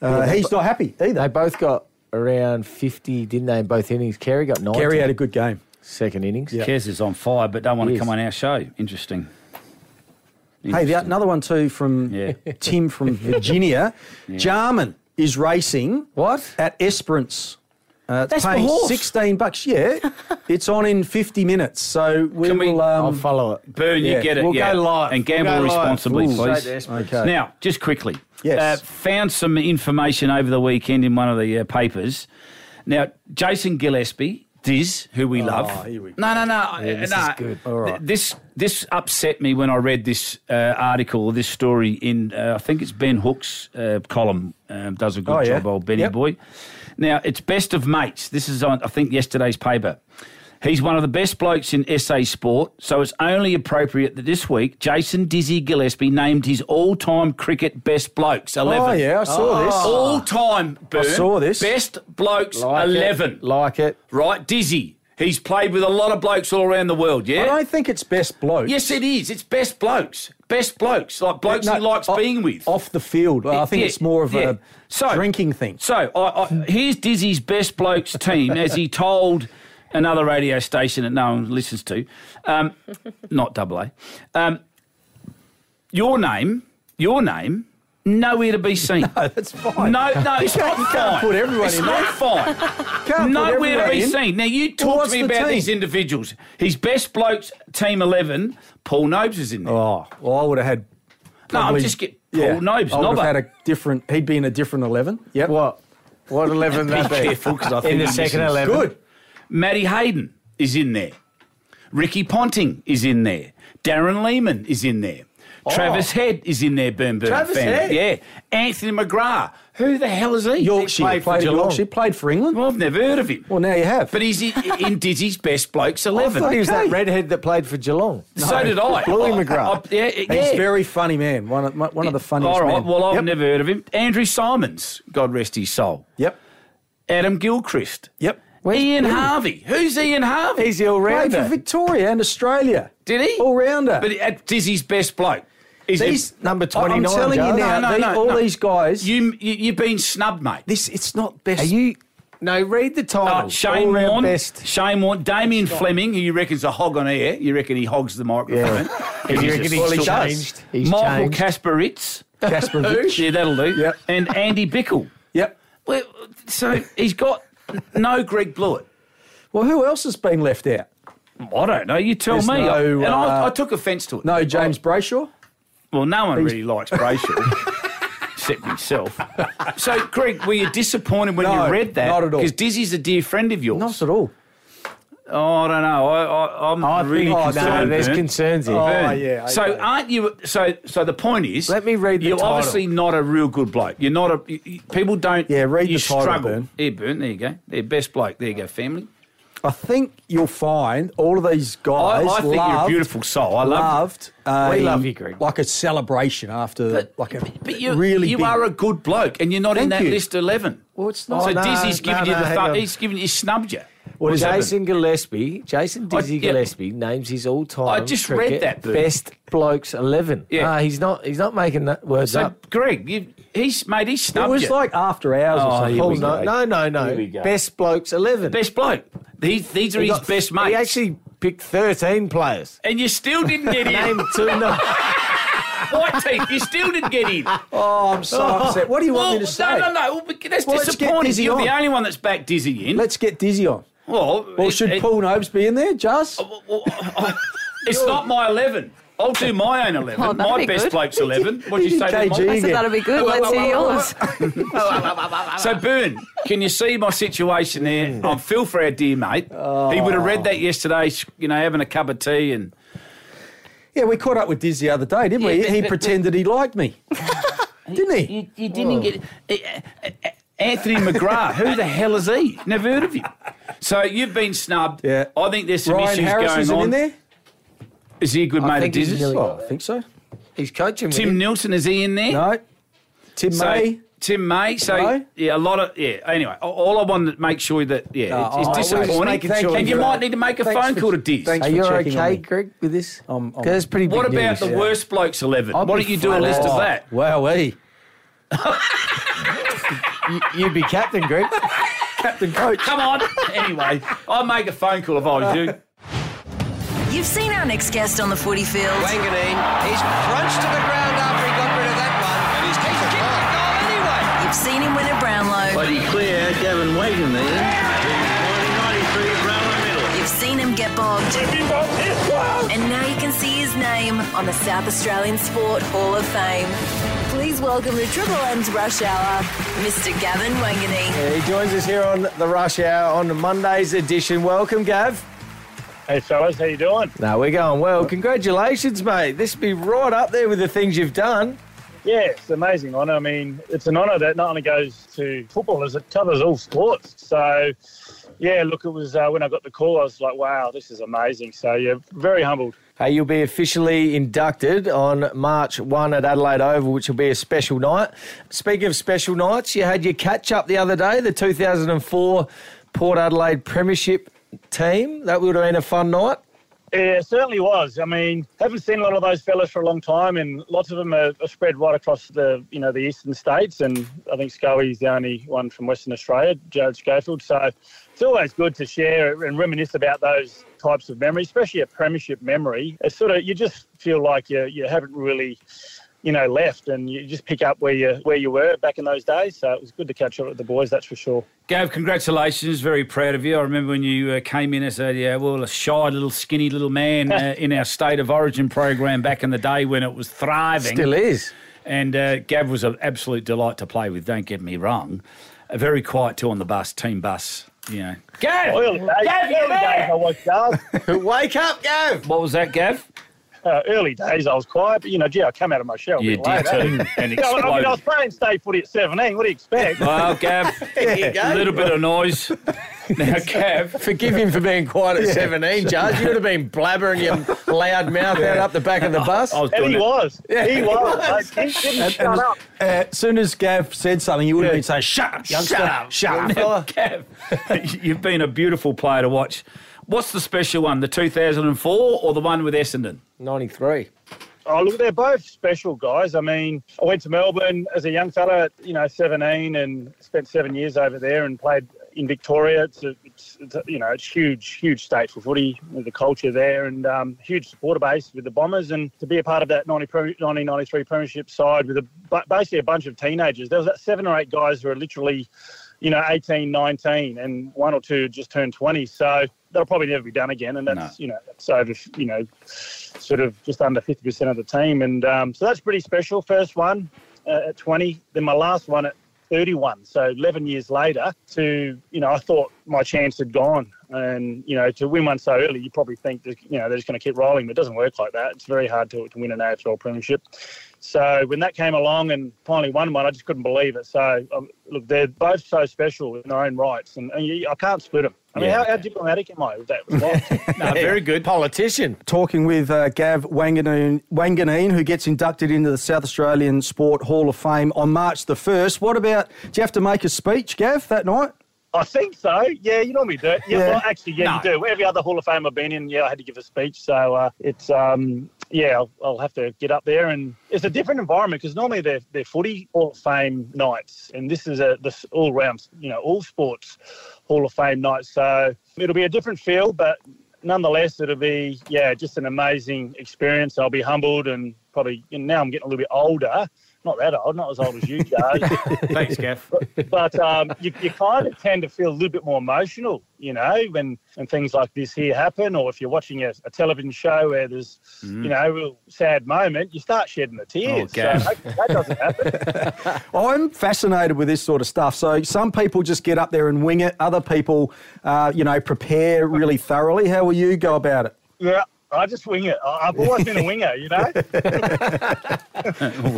Speaker 2: uh, he's not happy either.
Speaker 1: They both got around fifty, didn't they? In both innings, Kerry got nine.
Speaker 2: Kerry had a good game.
Speaker 1: second innings.
Speaker 3: Kez is on fire, but don't want
Speaker 1: He
Speaker 3: to
Speaker 1: is.
Speaker 3: come on our show. Interesting.
Speaker 2: Hey, the,
Speaker 3: Interesting.
Speaker 2: another one too from
Speaker 3: Yeah.
Speaker 2: Tim from Virginia. Jarman is racing
Speaker 1: What?
Speaker 2: at Esperance. Uh, it's
Speaker 1: That's my
Speaker 2: paying
Speaker 1: horse.
Speaker 2: sixteen bucks. Yeah, it's on in fifty minutes. So we
Speaker 3: Can we-
Speaker 2: will.
Speaker 1: I'll
Speaker 2: Um,
Speaker 1: follow it.
Speaker 3: Burn,
Speaker 2: Yeah,
Speaker 3: you get it.
Speaker 1: we'll
Speaker 3: yeah.
Speaker 1: go live.
Speaker 3: And
Speaker 1: We'll
Speaker 3: gamble
Speaker 1: go live.
Speaker 3: responsibly,
Speaker 1: Ooh,
Speaker 3: please.
Speaker 1: straight to Esperance.
Speaker 2: Okay.
Speaker 3: Now, just quickly.
Speaker 2: Yes.
Speaker 3: Uh, found some information over the weekend in one of the uh, papers. Now, Jason Gillespie, Diz, who
Speaker 1: Oh,
Speaker 3: we love.
Speaker 2: here we go.
Speaker 3: No, no, no. uh,
Speaker 1: this
Speaker 3: no.
Speaker 1: is good. All
Speaker 2: right.
Speaker 3: Th- This, this upset me when I read this uh, article, this story in, uh, I think it's Ben Hook's uh, column. Um, does a good
Speaker 2: Oh, yeah.
Speaker 3: job, old Benny
Speaker 2: Yep.
Speaker 3: boy. Now, it's best of mates. This is on, I think, yesterday's paper. He's one of the best blokes in SA sport, so it's only appropriate that this week Jason Dizzy Gillespie named his all-time cricket best blokes eleven. Ah.
Speaker 2: oh yeah, I saw this.
Speaker 3: all-time. Burn,
Speaker 2: saw this.
Speaker 3: Best blokes
Speaker 1: Like
Speaker 3: eleven.
Speaker 1: It. Like it.
Speaker 3: Right, Dizzy. He's played with a lot of blokes all around the world.
Speaker 2: I
Speaker 3: Yeah.
Speaker 2: don't think it's best bloke.
Speaker 3: Yes, it is. It's best blokes. Best blokes, like blokes
Speaker 2: No,
Speaker 3: he likes
Speaker 2: o-
Speaker 3: being with.
Speaker 2: off the field. I think
Speaker 3: Yeah,
Speaker 2: it's more of
Speaker 3: yeah.
Speaker 2: a drinking thing.
Speaker 3: So I, I, here's Dizzy's best blokes team, as he told another radio station that no one listens to, um, not Double A. Um, your name, your name, nowhere to be seen. No,
Speaker 2: That's
Speaker 3: no,
Speaker 2: fine.
Speaker 3: it's not
Speaker 2: you
Speaker 3: fine.
Speaker 2: can't put everyone
Speaker 3: it's
Speaker 2: in
Speaker 3: not
Speaker 2: there.
Speaker 3: fine.
Speaker 2: Can't put
Speaker 3: Nowhere
Speaker 2: everyone
Speaker 3: to be
Speaker 2: in.
Speaker 3: seen. Now you
Speaker 2: Well,
Speaker 3: talk
Speaker 2: what's
Speaker 3: to me
Speaker 2: the
Speaker 3: about
Speaker 2: team?
Speaker 3: these individuals. His best blokes team eleven. Paul Nobes is in there.
Speaker 2: Oh, well, I would have had.
Speaker 3: no, I'm
Speaker 2: probably-
Speaker 3: just get Paul
Speaker 2: yeah,
Speaker 3: Nobes.
Speaker 2: I would
Speaker 3: Nobber.
Speaker 2: have had a different. He'd be in a different eleven. Yep.
Speaker 1: What? What eleven that be?
Speaker 3: careful, 'cause I
Speaker 1: in
Speaker 3: think
Speaker 1: the
Speaker 3: he
Speaker 1: second
Speaker 3: misses.
Speaker 1: eleven.
Speaker 2: Good.
Speaker 3: Matty Hayden is in there. Ricky Ponting is in there. Darren Lehman is in there. Travis Head is in there, Burn Burn
Speaker 1: Oh. Travis
Speaker 3: family.
Speaker 1: Head?
Speaker 3: Yeah. Anthony McGrath. Who the hell is he?
Speaker 2: Yorkshire
Speaker 3: He
Speaker 2: played,
Speaker 3: for
Speaker 2: for
Speaker 3: Geelong.
Speaker 2: Yorkshire, played for England.
Speaker 3: Well, I've never heard of him.
Speaker 2: Well, now you have.
Speaker 3: But he's in, in Dizzy's best blokes
Speaker 1: I
Speaker 3: 11.
Speaker 1: thought he was that
Speaker 2: Okay.
Speaker 1: redhead that played for Geelong.
Speaker 3: So did I.
Speaker 1: Louis
Speaker 3: I-
Speaker 1: McGrath.
Speaker 3: I- yeah,
Speaker 2: he's
Speaker 3: yeah.
Speaker 2: very funny man. One of, one of the funniest
Speaker 3: All right,
Speaker 2: men.
Speaker 3: well, I've
Speaker 2: yep.
Speaker 3: never heard of him. Andrew Simons, God rest his soul.
Speaker 2: Yep.
Speaker 3: Adam Gilchrist.
Speaker 2: Yep.
Speaker 3: Ian Harvey. Who's Ian Harvey?
Speaker 1: He's the all-rounder.
Speaker 2: Played for Victoria and Australia.
Speaker 3: Did he?
Speaker 2: All rounder.
Speaker 3: But at Dizzy's best bloke. Is
Speaker 2: These
Speaker 3: it-
Speaker 1: number
Speaker 2: I- I'm
Speaker 1: 29,
Speaker 2: telling
Speaker 1: Joe.
Speaker 2: you now,
Speaker 3: No, no,
Speaker 2: the-
Speaker 3: no,
Speaker 2: all
Speaker 3: no.
Speaker 2: these guys.
Speaker 3: You, you you've been snubbed, mate.
Speaker 2: this it's not best.
Speaker 1: Are you? No, read the title.
Speaker 3: Uh, Shane
Speaker 1: All-round
Speaker 3: Warne,
Speaker 1: Best.
Speaker 3: Shane Warne, Damien Fleming, who you reckon's a hog on air. You reckon he hogs the microphone?
Speaker 1: You
Speaker 3: He's
Speaker 1: reckon
Speaker 3: just-
Speaker 1: he's
Speaker 3: Well, he does.
Speaker 1: changed? He's
Speaker 3: Michael
Speaker 1: changed.
Speaker 3: Kasparitz.
Speaker 2: Kasparovich?
Speaker 3: yeah, that'll do.
Speaker 2: Yep.
Speaker 3: And Andy Bickle.
Speaker 2: Yep.
Speaker 3: Well, so he's got no Greg Blewett.
Speaker 2: Well, who else has been left out?
Speaker 3: I don't know. You tell
Speaker 2: There's
Speaker 3: me.
Speaker 2: no,
Speaker 3: and I,
Speaker 2: uh,
Speaker 3: I took offence to it.
Speaker 2: No, James Brayshaw.
Speaker 3: Well, no one really likes Brayshaw. Except myself. So, Greg, were you disappointed when
Speaker 2: No,
Speaker 3: you read that?
Speaker 2: not at all.
Speaker 3: Because Dizzy's a dear friend of yours.
Speaker 2: Not at all.
Speaker 3: Oh, I don't know. I, I, I'm
Speaker 1: I
Speaker 3: really
Speaker 1: think oh, no,
Speaker 3: concerned.
Speaker 1: there's
Speaker 3: Vern.
Speaker 1: concerns here.
Speaker 2: Oh,
Speaker 3: Vern.
Speaker 2: yeah,
Speaker 3: So
Speaker 2: okay.
Speaker 3: aren't you? So so the point is,
Speaker 1: Let me read the
Speaker 3: You're
Speaker 1: title.
Speaker 3: obviously not a real good bloke. You're not a. you- you- people don't.
Speaker 2: Yeah, read
Speaker 3: you
Speaker 2: the title,
Speaker 3: struggle.
Speaker 2: Vern.
Speaker 3: Here, Burn. There you go. They're best bloke. There you go, family.
Speaker 2: I think you'll find all of these
Speaker 3: I,
Speaker 2: guys.
Speaker 3: I think
Speaker 2: loved,
Speaker 3: you're a beautiful soul. I love.
Speaker 2: Loved. A,
Speaker 1: We love you, Greg.
Speaker 2: Like a celebration after,
Speaker 3: But,
Speaker 2: like a
Speaker 3: but you,
Speaker 2: really
Speaker 3: you
Speaker 2: big-
Speaker 3: are a good bloke, and you're not in
Speaker 2: Thank
Speaker 3: that
Speaker 2: you.
Speaker 3: list eleven.
Speaker 2: Well, it's not.
Speaker 3: So
Speaker 1: Oh, no,
Speaker 3: Dizzy's
Speaker 1: no,
Speaker 3: giving you
Speaker 1: no,
Speaker 3: the
Speaker 1: hang
Speaker 3: fu-
Speaker 1: on.
Speaker 3: he's giving you snubbed you.
Speaker 1: Well,
Speaker 3: What's happened?
Speaker 1: Jason Gillespie, Jason Dizzy
Speaker 3: yeah.
Speaker 1: Gillespie names his all-time.
Speaker 3: I just read
Speaker 1: cricket
Speaker 3: that, dude.
Speaker 1: best blokes eleven.
Speaker 3: Yeah.
Speaker 1: Ah, he's not. He's not making that words
Speaker 3: So
Speaker 1: up.
Speaker 3: Greg, you, he's mate. He's
Speaker 2: It
Speaker 3: snubbed
Speaker 2: was
Speaker 3: you.
Speaker 2: like after hours
Speaker 3: Oh,
Speaker 2: or something.
Speaker 3: here
Speaker 1: Oh
Speaker 3: we go.
Speaker 1: no, no, no,
Speaker 3: Here
Speaker 1: no.
Speaker 3: we go.
Speaker 1: Best blokes eleven.
Speaker 3: best bloke. These, these are
Speaker 1: He
Speaker 3: his
Speaker 1: got-
Speaker 3: best mates.
Speaker 1: He actually picked thirteen players.
Speaker 3: and you still didn't get in.
Speaker 1: Name two. No.
Speaker 3: Whiteheath, you still didn't get in.
Speaker 2: Oh, I'm so upset. What do you want
Speaker 3: well,
Speaker 2: me to say?
Speaker 3: No, no, no. Well, That's
Speaker 2: Well, let's get
Speaker 3: disappointing.
Speaker 2: Dizzy
Speaker 3: You're the
Speaker 2: on.
Speaker 3: only one that's back dizzy in.
Speaker 2: Let's get dizzy on.
Speaker 3: well,
Speaker 2: Well,
Speaker 3: it-
Speaker 2: should
Speaker 3: it- Oh.
Speaker 2: Paul Nobes be in there, Jazz?
Speaker 3: well, I- it's not my eleven. I'll do my own eleven.
Speaker 4: Oh, that'd
Speaker 3: my
Speaker 4: be
Speaker 3: best
Speaker 4: good.
Speaker 3: bloke's eleven. What'd you
Speaker 2: He
Speaker 3: say?
Speaker 2: did
Speaker 3: there,
Speaker 2: KG.
Speaker 3: Mike?
Speaker 4: I said that'll be good. Let's hear yours.
Speaker 2: Ah.
Speaker 3: So, Byrne, can you see my situation there?
Speaker 2: Mm.
Speaker 3: I feel for our dear mate. He would have read that
Speaker 2: Oh.
Speaker 3: yesterday. You know, having a cup of tea and
Speaker 2: Yeah, we caught up with Dizzy the other day, didn't we?
Speaker 3: Yeah, but-
Speaker 2: he
Speaker 3: but-
Speaker 2: pretended he liked me, didn't he?
Speaker 3: you, you
Speaker 2: Oh.
Speaker 3: didn't get uh, uh, uh, Anthony McGrath. Who the hell is he? Never heard of you. So you've been snubbed.
Speaker 2: Yeah.
Speaker 3: I think there's some
Speaker 2: Ryan
Speaker 3: issues
Speaker 2: Harris
Speaker 3: going
Speaker 2: isn't
Speaker 3: on.
Speaker 2: in there.
Speaker 3: Is he a good mate of
Speaker 1: think he's
Speaker 3: Dizzy's?
Speaker 1: nearly-
Speaker 2: Oh, I think so.
Speaker 1: He's coaching with
Speaker 3: Tim
Speaker 1: him.
Speaker 3: Nilsson is he in there?
Speaker 2: No, Tim
Speaker 3: So,
Speaker 2: May.
Speaker 3: Tim May. So
Speaker 2: Hello?
Speaker 3: yeah, a lot of yeah. Anyway, a- all I want to make sure that yeah, it's,
Speaker 2: No, I- I
Speaker 3: it's
Speaker 2: was
Speaker 3: disappointing,
Speaker 2: making sure
Speaker 3: and you
Speaker 2: you-
Speaker 3: might need to make a
Speaker 2: Thanks
Speaker 3: phone
Speaker 2: for-
Speaker 3: call to Diz.
Speaker 2: thanks
Speaker 1: Are
Speaker 2: for
Speaker 1: you
Speaker 2: checking on
Speaker 1: okay,
Speaker 2: me.
Speaker 1: Greg, with this?
Speaker 2: I'm- I'm-
Speaker 1: 'Cause it's pretty
Speaker 3: What
Speaker 1: big
Speaker 3: about
Speaker 1: news.
Speaker 3: the
Speaker 1: Yeah.
Speaker 3: worst blokes 11
Speaker 1: I'd
Speaker 3: Why
Speaker 1: be
Speaker 3: don't you do a
Speaker 1: fine.
Speaker 3: list of
Speaker 1: Oh.
Speaker 3: that?
Speaker 2: Wowee,
Speaker 1: You, you'd be captain, Greg.
Speaker 2: captain coach.
Speaker 3: Come on. anyway, I'll make a phone call if I was you.
Speaker 6: You've seen our next guest on the footy field.
Speaker 7: Wanganeen, he's crunched to the ground after he got rid of that one. And he's kicked the goal anyway.
Speaker 6: You've seen him win at Brownlow.
Speaker 8: Bloody clear, Gavin Wagan there. 93 round the middle.
Speaker 6: You've seen him get bogged. And now you can see his name on the South Australian Sport Hall of Fame. Please welcome to Triple M's Rush Hour, Mr. Gavin Wanganeen.
Speaker 1: He joins us here on the rush hour on Monday's edition. Welcome, Gav.
Speaker 9: Hey fellas, how you doing?
Speaker 1: No, we're going well. Congratulations, mate. This would be right up there with the things you've done.
Speaker 9: Yeah, it's an amazing honour. I mean, it's an honour that not only goes to footballers, it covers all sports. So, yeah, look, it was uh, when I got the call, I was like, wow, this is amazing. So, yeah, very humbled.
Speaker 1: Hey, you'll be officially inducted on March 1 at Adelaide Oval, which will be a special night. Speaking of special nights, you had your catch up the other day, the 2004 Port Adelaide Premiership team. That would have been a fun night.
Speaker 9: Yeah, it certainly was. I mean, haven't seen a lot of those fellas for a long time, and lots of them are, are spread right across the you know the eastern states. And I think Scully's the only one from Western Australia, Jared Schofield. So it's always good to share and reminisce about those types of memories, especially a premiership memory. It's sort of you just feel like you you haven't really you know left, and you just pick up where you where you were back in those days. So it was good to catch up with the boys, that's for sure.
Speaker 3: Gav, congratulations. Very proud of you. I remember when you uh, came in as a, yeah, well, a shy little skinny little man uh, in our State of Origin program back in the day when it was thriving.
Speaker 1: Still is.
Speaker 3: And uh, Gav was an absolute delight to play with, don't get me wrong. Uh, very quiet too on the bus, team bus, you know. Gav!
Speaker 9: Early days,
Speaker 3: Gav, you
Speaker 9: early days
Speaker 3: there?
Speaker 9: I watched Darts.
Speaker 1: Wake up, Gav!
Speaker 3: What was that, Gav?
Speaker 9: uh, early days, I was quiet, but you know, gee, I come out of my shell. a
Speaker 3: You
Speaker 9: bit
Speaker 3: did
Speaker 9: late, eh?
Speaker 3: too, and
Speaker 9: Yeah, I, I mean, I was
Speaker 3: exploded.
Speaker 9: playing state footy at 17. What do you expect?
Speaker 3: Well, Gav, a little bit of noise. Now, Gav,
Speaker 1: Forgive him for being quiet at 17, Judge. You would have been blabbering your loud mouth out up the back of the bus.
Speaker 3: I was
Speaker 9: and
Speaker 3: doing
Speaker 9: he
Speaker 3: it.
Speaker 9: was. He was. Like, he didn't
Speaker 2: And-
Speaker 9: shut
Speaker 2: and-
Speaker 9: up.
Speaker 2: uh, As soon as Gav said something, you would have been saying, "Shut up, youngster!
Speaker 3: Shut up.
Speaker 2: Shut up!"
Speaker 3: Now, Gav, you've been a beautiful player to watch. What's the special one, the 2004 or the one with Essendon?
Speaker 1: 93.
Speaker 9: Oh, look, they're both special guys. I mean, I went to Melbourne as a young fella, you know, 17, and spent seven years over there and played in Victoria. It's, a, it's, it's a, you know, it's huge, huge state for footy with the culture there and um, huge supporter base with the Bombers. And to be a part of that 90, pre- 1993 Premiership side with a, bu- basically a bunch of teenagers, there was that seven or eight guys who were literally, you know, 18, 19, and one or two just turned 20. So that'll probably never be done again. And that's, you know, that's over, you know, sort of just under 50% of the team. And um, so that's pretty special. First one uh, at 20, then my last one at 31. So 11 years later, to, you know, I thought my chance had gone. And, you know, to win one so early, you probably think, that, you know, they're just going to keep rolling, but it doesn't work like that. It's very hard to, to win an AFL premiership. So when that came along and finally won one, I just couldn't believe it. So, um, look, they're both so special in their own rights. And, and you, I can't split them. I mean,
Speaker 3: Yeah,
Speaker 9: how, how
Speaker 3: okay.
Speaker 9: diplomatic am I with that? response?
Speaker 3: No, very good.
Speaker 1: Politician.
Speaker 2: Talking with uh, Gav Wanganeen, Wanganeen, who gets inducted into the South Australian Sport Hall of Fame on March the first. What about? Do you have to make a speech, Gav, that night?
Speaker 9: I think so. Yeah, you normally do. it. Yeah,
Speaker 2: Yeah.
Speaker 9: well, actually, yeah, you do. Every other Hall of Fame I've been in, yeah, I had to give a speech. So uh, it's, um, yeah, I'll, I'll have to get up there. And it's a different environment because normally they're, they're footy Hall of Fame nights. And this is a this all round, you know, all sports Hall of Fame night. So it'll be a different feel, but nonetheless, it'll be yeah, just an amazing experience. I'll be humbled and probably and now I'm getting a little bit older. Not that old, not as old as you, Jars.
Speaker 3: Thanks, Gaff.
Speaker 9: but um, you, you kind of tend to feel a little bit more emotional, you know, when, when things like this here happen, or if you're watching a, a television show where there's, you know, a real sad moment, you start shedding the tears.
Speaker 3: Gaff.
Speaker 9: so hopefully that doesn't happen.
Speaker 2: I'm fascinated with this sort of stuff. So some people just get up there and wing it. Other people, uh, you know, prepare really thoroughly. How will you go about it?
Speaker 9: yeah, I just wing it. I, I've always been a winger, you know.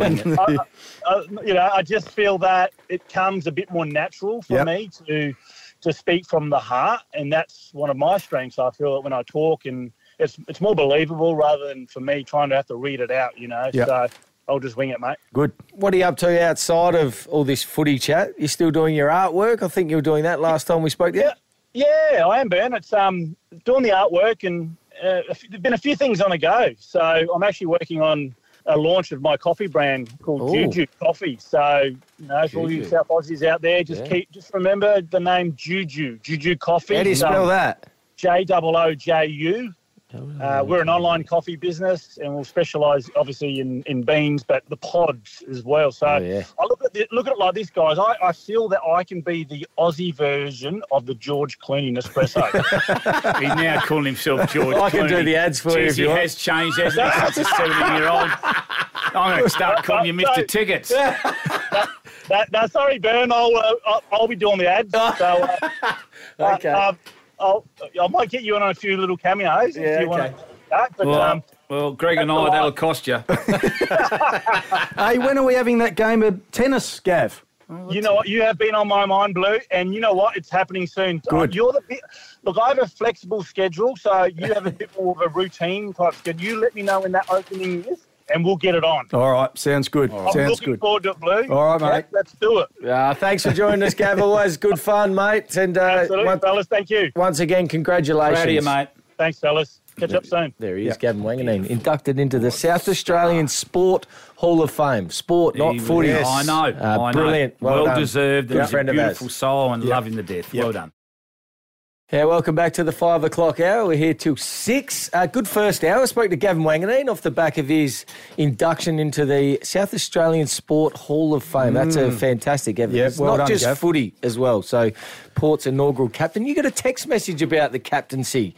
Speaker 9: I, I, you know, I just feel that it comes a bit more natural for
Speaker 2: Yep.
Speaker 9: me to to speak from the heart, and that's one of my strengths. I feel that when I talk, and it's it's more believable rather than for me trying to have to read it out. You know,
Speaker 2: Yep.
Speaker 9: so I'll just wing it, mate.
Speaker 2: Good.
Speaker 1: What are you up to outside of all this footy chat? You still doing your artwork? I think you were doing that last time we spoke. Yeah.
Speaker 9: Yeah, I am, Ben. It's um doing the artwork, and uh, a few- there've been a few things on the go. So I'm actually working on a launch of my coffee brand called
Speaker 1: Ooh.
Speaker 9: Juju Coffee. So you know, for all you
Speaker 1: Juju.
Speaker 9: South Aussies out there, just
Speaker 1: Yeah.
Speaker 9: keep just remember the name Juju Juju Coffee. Um,
Speaker 1: How do you
Speaker 9: So
Speaker 1: spell that?
Speaker 9: J O O J U. Uh, we're an online coffee business, and we'll specialise obviously in, in beans, but the pods as well. So
Speaker 1: Oh, yeah.
Speaker 9: I look at the, look at it like this, guys. I, I feel that I can be the Aussie version of the George Clooney Nespresso.
Speaker 3: He's now calling himself George.
Speaker 1: I can do
Speaker 3: Clooney.
Speaker 1: the ads for you
Speaker 3: Jeez,
Speaker 1: if you
Speaker 3: he
Speaker 1: want.
Speaker 3: has changed, hasn't he? Since he's seventy-year-old. I'm going to start calling you Mister Tickets.
Speaker 9: that, that, sorry, Bern, I'll, uh, I'll I'll be doing the ads. So, uh,
Speaker 1: Okay.
Speaker 9: uh, um, I'll, I might get you in on a few little
Speaker 1: Yeah,
Speaker 9: cameos if you
Speaker 1: okay.
Speaker 9: want to. That, but
Speaker 3: Well,
Speaker 9: um,
Speaker 3: well, Greg and I, that'll cost you.
Speaker 2: Hey, when are we having that game of tennis, Gav?
Speaker 9: You know what? You have been on my mind, Blue, and you know what? It's happening soon. Um,
Speaker 2: Good.
Speaker 9: You're the bit, look. I have a flexible schedule, so you have a bit more of a routine type schedule. You let me know when that opening is, and we'll get it on.
Speaker 2: All right, sounds good.
Speaker 9: I'm
Speaker 2: Sounds
Speaker 9: looking
Speaker 2: good.
Speaker 9: forward to it, Blue.
Speaker 2: All right, mate.
Speaker 9: let's do it.
Speaker 1: Uh, thanks for joining us, Gav. Always good fun, mate. And uh,
Speaker 9: Absolutely,
Speaker 1: once,
Speaker 9: fellas. Thank you.
Speaker 1: once again, congratulations.
Speaker 3: Proud of you, mate.
Speaker 9: Thanks, fellas. Catch up soon.
Speaker 1: There he is, Gavin Wanganeen, inducted into the South Australian Sport Hall of Fame. Sport, not
Speaker 3: He was-
Speaker 1: footy.
Speaker 3: I know.
Speaker 1: Uh,
Speaker 3: I know.
Speaker 1: Brilliant. Well,
Speaker 3: Well,
Speaker 1: done.
Speaker 3: deserved.
Speaker 1: Good
Speaker 3: He's a
Speaker 1: friend of ours.
Speaker 3: beautiful soul and love him to death. Well done.
Speaker 1: Yeah, welcome back to the five o'clock hour. We're here till six. Uh, good first hour. I spoke to Gavin Wanganeen off the back of his induction into the South Australian Sport Hall of Fame. That's a fantastic effort.
Speaker 2: Mm. Yeah,
Speaker 1: It's
Speaker 2: well
Speaker 1: not
Speaker 2: done,
Speaker 1: just
Speaker 2: Gav.
Speaker 1: footy as well. So, Port's inaugural captain. You got a text message about the captaincy.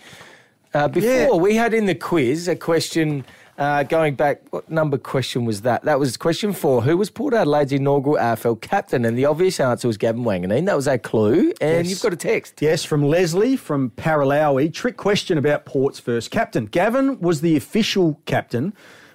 Speaker 1: Uh, before
Speaker 2: Yeah.
Speaker 1: we had in the quiz a question uh, going back. What number question was that? That was question four. Who was Port Adelaide's inaugural AFL captain? And the obvious answer was Gavin Wanganeen. That was our clue. And
Speaker 2: Yes.
Speaker 1: you've got a text.
Speaker 2: Yes, from Leslie from Paralawi. Trick question about Port's first captain. Gavin was the official captain,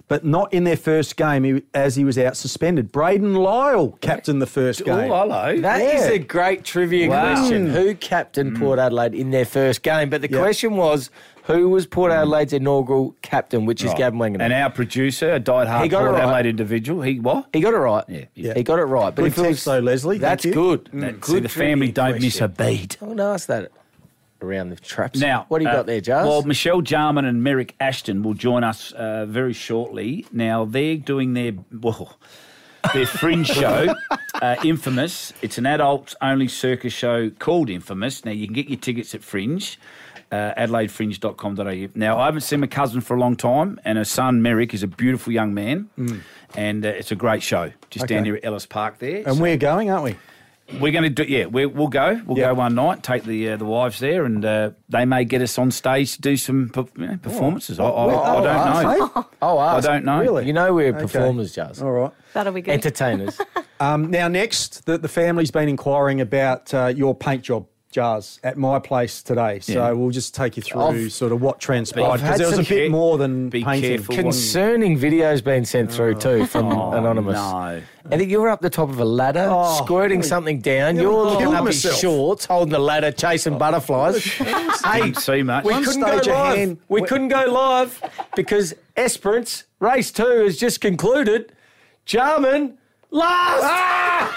Speaker 2: but not in their first game he- as he was out suspended. Braden Lyle captained the
Speaker 1: Oh,
Speaker 2: first game.
Speaker 3: hello.
Speaker 1: That
Speaker 2: Yeah.
Speaker 1: is a great trivia
Speaker 3: Wow.
Speaker 1: question. Who captained Port Adelaide in their first game? But the
Speaker 2: Yep.
Speaker 1: question was, who was Port Adelaide's inaugural captain, which is Gavin Wanganeen.
Speaker 3: And our producer, a diehard
Speaker 1: He got it
Speaker 3: Port
Speaker 1: right.
Speaker 3: Adelaide individual. He what?
Speaker 1: he got it right.
Speaker 3: Yeah.
Speaker 1: He got it right. But
Speaker 2: Good
Speaker 1: if it was,
Speaker 2: text though, Leslie. Thank
Speaker 1: That's
Speaker 2: you.
Speaker 1: good.
Speaker 3: That-
Speaker 1: good
Speaker 3: Mm. See, the family
Speaker 1: trivia
Speaker 3: don't miss a
Speaker 1: question.
Speaker 3: beat.
Speaker 1: Don't ask that around the traps.
Speaker 3: Now,
Speaker 1: what do you
Speaker 3: uh,
Speaker 1: got there, Jars?
Speaker 3: Well, Michelle Jarman and Merrick Ashton will join us uh, very shortly. Now they're doing their well, their fringe show, uh, Infamous. It's an adults-only circus show called Infamous. Now you can get your tickets at Fringe. Uh, AdelaideFringe.com.au. Now, I haven't seen my cousin for a long time, and her son Merrick is a beautiful young man,
Speaker 1: Mm.
Speaker 3: and uh, it's a great show just down
Speaker 2: Okay.
Speaker 3: near Ellis Park there.
Speaker 2: And we're going, aren't we?
Speaker 3: We're going to do, yeah. We're, we'll go. We'll
Speaker 2: Yeah.
Speaker 3: go one night. Take the uh, the wives there, and uh, they may get us on stage to do some per- you know, performances. I, I, I
Speaker 2: oh, I'll
Speaker 3: don't know.
Speaker 2: ask, mate.
Speaker 1: oh,
Speaker 3: I
Speaker 1: ask.
Speaker 3: don't know.
Speaker 2: Really?
Speaker 1: You know we're
Speaker 2: Okay.
Speaker 1: performers, Jars.
Speaker 2: All right.
Speaker 4: That'll be good.
Speaker 1: Entertainers.
Speaker 2: Um, now, next, the, the family's been inquiring about uh, your paint job jars at my place today. So
Speaker 3: Yeah.
Speaker 2: we'll just take you through
Speaker 1: I've-
Speaker 2: sort of what transpired
Speaker 1: I've
Speaker 2: because
Speaker 1: had
Speaker 2: there was a
Speaker 1: some
Speaker 2: bit
Speaker 3: care-
Speaker 2: more than
Speaker 3: be
Speaker 2: painting.
Speaker 3: careful what-
Speaker 1: Concerning videos being sent through too from
Speaker 3: Oh,
Speaker 1: anonymous.
Speaker 3: no.
Speaker 1: And that you were up the top of a ladder,
Speaker 2: Oh,
Speaker 1: squirting
Speaker 2: really?
Speaker 1: something down. You're
Speaker 2: I'm
Speaker 1: looking
Speaker 2: killing
Speaker 1: up
Speaker 2: myself.
Speaker 1: his shorts, holding the ladder, chasing butterflies. hey,
Speaker 3: Didn't see much.
Speaker 1: we
Speaker 2: One
Speaker 1: couldn't go
Speaker 2: stage a
Speaker 1: live.
Speaker 2: hand-
Speaker 1: We
Speaker 2: we-
Speaker 1: couldn't go live because Esperance race two has just concluded. Jarman last.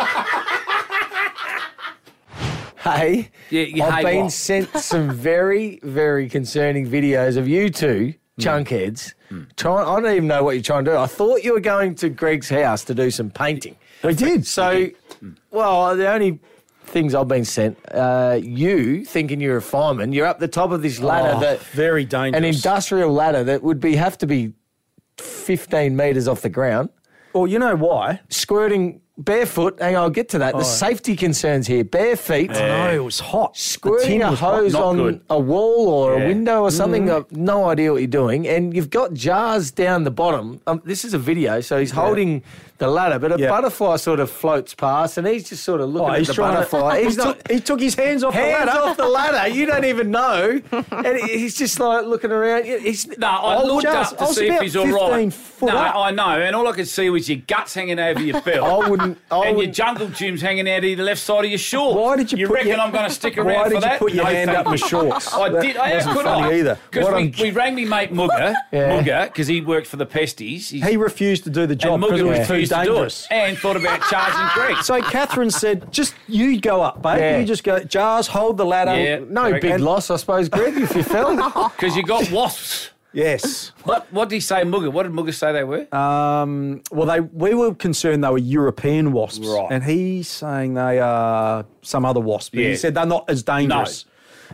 Speaker 1: hey,
Speaker 3: Yeah, you
Speaker 1: I've
Speaker 3: hate
Speaker 1: been
Speaker 3: what?
Speaker 1: sent some very, very concerning videos of you two chunkheads. Trying, I don't even know what you're trying to do. I thought you were going to Greg's house to do some painting.
Speaker 2: We did.
Speaker 1: So, well, the only things I've been sent. Uh, you thinking you're a fireman, you're up the top of this ladder
Speaker 2: Oh,
Speaker 1: that
Speaker 2: very dangerous.
Speaker 1: an industrial ladder that would be have to be 15 meters off the ground,
Speaker 2: Well, you know why?
Speaker 1: squirting barefoot. Hang on, I'll get to
Speaker 3: Oh.
Speaker 1: that. The safety concerns here: bare feet,
Speaker 2: No, it was hot. The
Speaker 1: squirting
Speaker 2: tin
Speaker 1: a
Speaker 2: was hot.
Speaker 1: hose
Speaker 3: not
Speaker 1: on
Speaker 3: good.
Speaker 1: a wall or
Speaker 3: Yeah. Mm-hmm.
Speaker 1: a window or something. I've no idea what you're doing, and you've got jars down the bottom. Um, this is a video, so he's holding the ladder, but a
Speaker 2: Yeah.
Speaker 1: butterfly sort of floats past, and he's just sort of looking
Speaker 2: Oh,
Speaker 1: at
Speaker 2: he's
Speaker 1: the
Speaker 2: trying
Speaker 1: butterfly.
Speaker 2: to.
Speaker 1: he's not.
Speaker 2: Took, he took his hands off the
Speaker 1: Hands
Speaker 2: ladder.
Speaker 1: off the ladder! You don't even know, and he's just like looking around. He's
Speaker 3: No, I
Speaker 2: I'll
Speaker 3: looked
Speaker 2: just-
Speaker 3: up to
Speaker 2: I was
Speaker 3: see if
Speaker 2: about
Speaker 3: he's all right.
Speaker 2: 15 foot
Speaker 3: no,
Speaker 2: up.
Speaker 3: I know, and all I could see was your guts hanging over your belt.
Speaker 1: I wouldn't. I
Speaker 3: and your
Speaker 1: wouldn't.
Speaker 3: jungle gyms hanging out of the left side of your shorts.
Speaker 2: Why did you
Speaker 3: You
Speaker 2: put
Speaker 3: reckon
Speaker 2: your-
Speaker 3: I'm going to stick
Speaker 2: Why
Speaker 3: around for
Speaker 2: did you
Speaker 3: that?
Speaker 2: put your
Speaker 3: No,
Speaker 2: hand
Speaker 3: thank
Speaker 2: up my
Speaker 3: you.
Speaker 2: shorts?
Speaker 3: I
Speaker 2: That
Speaker 3: did. I
Speaker 2: wasn't
Speaker 3: could
Speaker 2: funny
Speaker 3: I
Speaker 2: either.
Speaker 3: Because
Speaker 2: What
Speaker 3: we,
Speaker 2: I'm-
Speaker 3: we rang me mate Mugger,
Speaker 1: Yeah.
Speaker 3: because he worked for the pesties. He's,
Speaker 2: He refused to do the job
Speaker 3: and
Speaker 2: because
Speaker 3: Mugger
Speaker 2: it was too
Speaker 3: refused to do
Speaker 2: dangerous.
Speaker 3: it and thought about charging Greg.
Speaker 2: So Catherine said, "Just you go up, babe.
Speaker 1: Yeah.
Speaker 2: You just go. Jars, hold the ladder.
Speaker 3: Yeah.
Speaker 1: No
Speaker 3: Correct.
Speaker 1: big
Speaker 2: And-
Speaker 1: loss, I suppose, Greg. If you fell,
Speaker 3: Because you got wasps.
Speaker 2: Yes.
Speaker 3: What what did he say, Mugger? What did Mugger say they were?
Speaker 1: Oh,
Speaker 2: Um, well, they we were concerned they were European wasps,
Speaker 3: Right.
Speaker 2: and he's saying they are some other wasp. But
Speaker 3: Yeah.
Speaker 2: He said they're not as dangerous.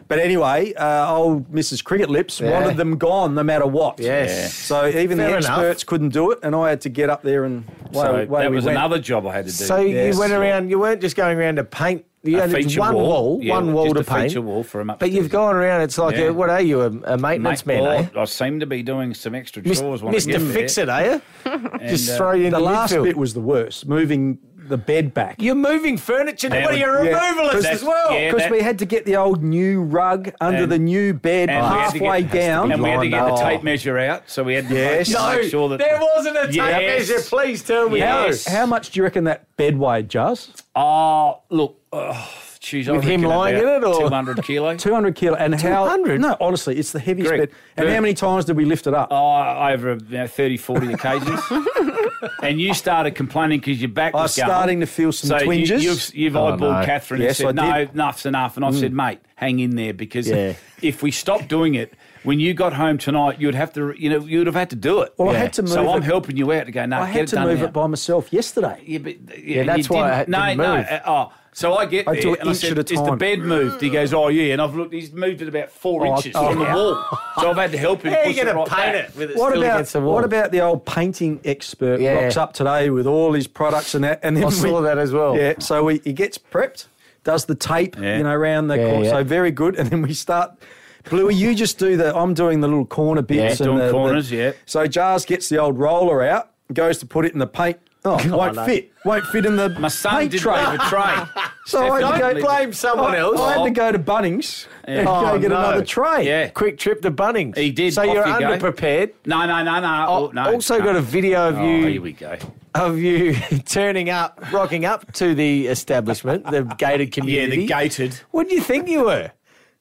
Speaker 2: But anyway, uh, old Mrs. Cricket Lips
Speaker 1: Yeah.
Speaker 2: wanted them gone no matter what.
Speaker 1: Yes. Yeah.
Speaker 2: So even the
Speaker 1: Fair enough.
Speaker 2: experts couldn't do it, and I had to get up there and way,
Speaker 3: so
Speaker 2: way
Speaker 3: that
Speaker 2: we
Speaker 3: was
Speaker 2: went.
Speaker 3: another job I had to do.
Speaker 1: so
Speaker 2: Yes.
Speaker 1: you went around. You weren't just going around to paint. You
Speaker 3: a
Speaker 1: had
Speaker 3: feature
Speaker 1: one wall,
Speaker 3: Yeah,
Speaker 1: one wall
Speaker 3: just
Speaker 1: to
Speaker 3: a
Speaker 1: paint.
Speaker 3: feature wall for him up.
Speaker 1: But you've gone around. It's like,
Speaker 3: Yeah.
Speaker 1: a, what are you, a, a maintenance man? eh?
Speaker 3: I seem to be doing some extra
Speaker 1: Mis-
Speaker 3: chores. when I get
Speaker 1: Mr.
Speaker 3: there.
Speaker 1: Fix It, are you? just
Speaker 3: uh,
Speaker 1: throw you in
Speaker 2: the
Speaker 1: the,
Speaker 2: last
Speaker 1: midfield.
Speaker 2: bit was the worst, moving the bed back.
Speaker 1: You're moving furniture.
Speaker 3: Yeah,
Speaker 1: What are you,
Speaker 3: but-
Speaker 2: yeah.
Speaker 1: removalist
Speaker 3: That's-
Speaker 1: as well?
Speaker 3: yeah.
Speaker 2: Because
Speaker 3: that-
Speaker 2: we had to get the old new rug under
Speaker 3: And-
Speaker 2: the new bed
Speaker 3: and we had to
Speaker 2: halfway
Speaker 3: get-
Speaker 2: down.
Speaker 3: And we had to get the
Speaker 2: Oh.
Speaker 3: tape measure out, so we had to
Speaker 2: Yes.
Speaker 3: make-
Speaker 1: No,
Speaker 3: make sure that
Speaker 1: there wasn't a tape
Speaker 3: Yes.
Speaker 1: measure. Please tell me. no.
Speaker 3: Yes.
Speaker 2: How much do you reckon that bed weighed, Jars?
Speaker 3: Oh, look, oh, geez, I
Speaker 1: With him
Speaker 3: reckon
Speaker 1: lying
Speaker 3: about
Speaker 1: in it, or-
Speaker 3: 200 kilo?
Speaker 2: Two hundred kilo. And how?
Speaker 1: 200?
Speaker 2: No, honestly, it's the heaviest
Speaker 3: Correct.
Speaker 2: bed. And
Speaker 3: Correct.
Speaker 2: how many times did we lift it up?
Speaker 3: Oh, over about 30, 40 occasions. and you started complaining because your back
Speaker 2: I
Speaker 3: was
Speaker 2: was starting to feel some
Speaker 3: so you-
Speaker 2: twinges.
Speaker 3: you've you've
Speaker 1: Oh,
Speaker 3: eyeballed
Speaker 1: no.
Speaker 3: Catherine
Speaker 2: Yes, I
Speaker 3: and said, no,
Speaker 2: did. Mm.
Speaker 3: enough's enough. And I've said, mate, hang in there because
Speaker 1: Yeah.
Speaker 3: if we stop doing it, when you got home tonight, you'd have to, you know, you'd have had to do it.
Speaker 2: Well, I had to move
Speaker 3: So I'm
Speaker 2: it-
Speaker 3: helping you out to go, no,
Speaker 2: I
Speaker 3: get
Speaker 2: had
Speaker 3: it
Speaker 2: to
Speaker 3: done
Speaker 2: move
Speaker 3: now.
Speaker 2: it by myself yesterday.
Speaker 3: Yeah, but yeah,
Speaker 1: that's
Speaker 3: you
Speaker 1: why I
Speaker 3: didn't-
Speaker 1: didn't
Speaker 3: no,
Speaker 1: move.
Speaker 3: no. uh, Oh, so I get
Speaker 2: I
Speaker 3: there
Speaker 2: do it
Speaker 3: and I
Speaker 2: inch
Speaker 3: said,
Speaker 2: at a
Speaker 3: "Is the
Speaker 2: time."
Speaker 3: bed moved?" He goes, "Oh yeah," and I've looked. He's moved it about four
Speaker 2: Oh,
Speaker 3: inches
Speaker 2: oh,
Speaker 3: from
Speaker 2: yeah.
Speaker 3: the wall, so I've had to help him.
Speaker 1: How are
Speaker 3: push
Speaker 1: you going
Speaker 3: right
Speaker 1: to paint
Speaker 3: back.
Speaker 1: it with it
Speaker 2: What
Speaker 1: still
Speaker 2: about
Speaker 1: against the wall?
Speaker 2: what about the old painting expert
Speaker 1: Yeah.
Speaker 2: rocks up today with all his products and that? And then
Speaker 1: I
Speaker 2: we-
Speaker 1: saw that as well.
Speaker 2: Yeah, so we, he gets prepped, does the tape,
Speaker 3: Yeah.
Speaker 2: you know, around the
Speaker 1: Yeah,
Speaker 2: corner.
Speaker 1: yeah.
Speaker 2: So very good. And then we start. Bluey, you just do the. I'm doing the little corner bits
Speaker 3: Yeah,
Speaker 2: and
Speaker 3: doing
Speaker 2: the,
Speaker 3: corners,
Speaker 2: the-
Speaker 3: yeah.
Speaker 2: So Jars gets the old roller out, goes to put it in the paint. Oh, won't
Speaker 1: no.
Speaker 2: fit. Won't fit in the
Speaker 3: My son
Speaker 2: paint
Speaker 3: didn't
Speaker 2: tray.
Speaker 3: leave a tray.
Speaker 2: So I had to
Speaker 1: Don't
Speaker 2: go,
Speaker 1: blame someone
Speaker 2: I,
Speaker 1: else.
Speaker 2: I had to go to Bunnings and
Speaker 3: Um,
Speaker 1: Oh,
Speaker 2: go get
Speaker 1: no.
Speaker 2: another tray.
Speaker 3: Yeah.
Speaker 1: Quick trip to Bunnings.
Speaker 3: He did.
Speaker 1: So
Speaker 3: Off
Speaker 1: you're
Speaker 3: you go.
Speaker 1: underprepared.
Speaker 3: No, no, no, no.
Speaker 1: I
Speaker 3: Oh, no
Speaker 1: also
Speaker 3: no.
Speaker 1: got a video of
Speaker 3: Oh, here
Speaker 1: you
Speaker 3: we go.
Speaker 1: of you turning up, rocking up to the establishment, the gated
Speaker 3: Yeah,
Speaker 1: community.
Speaker 3: the gated.
Speaker 1: What do you think you were?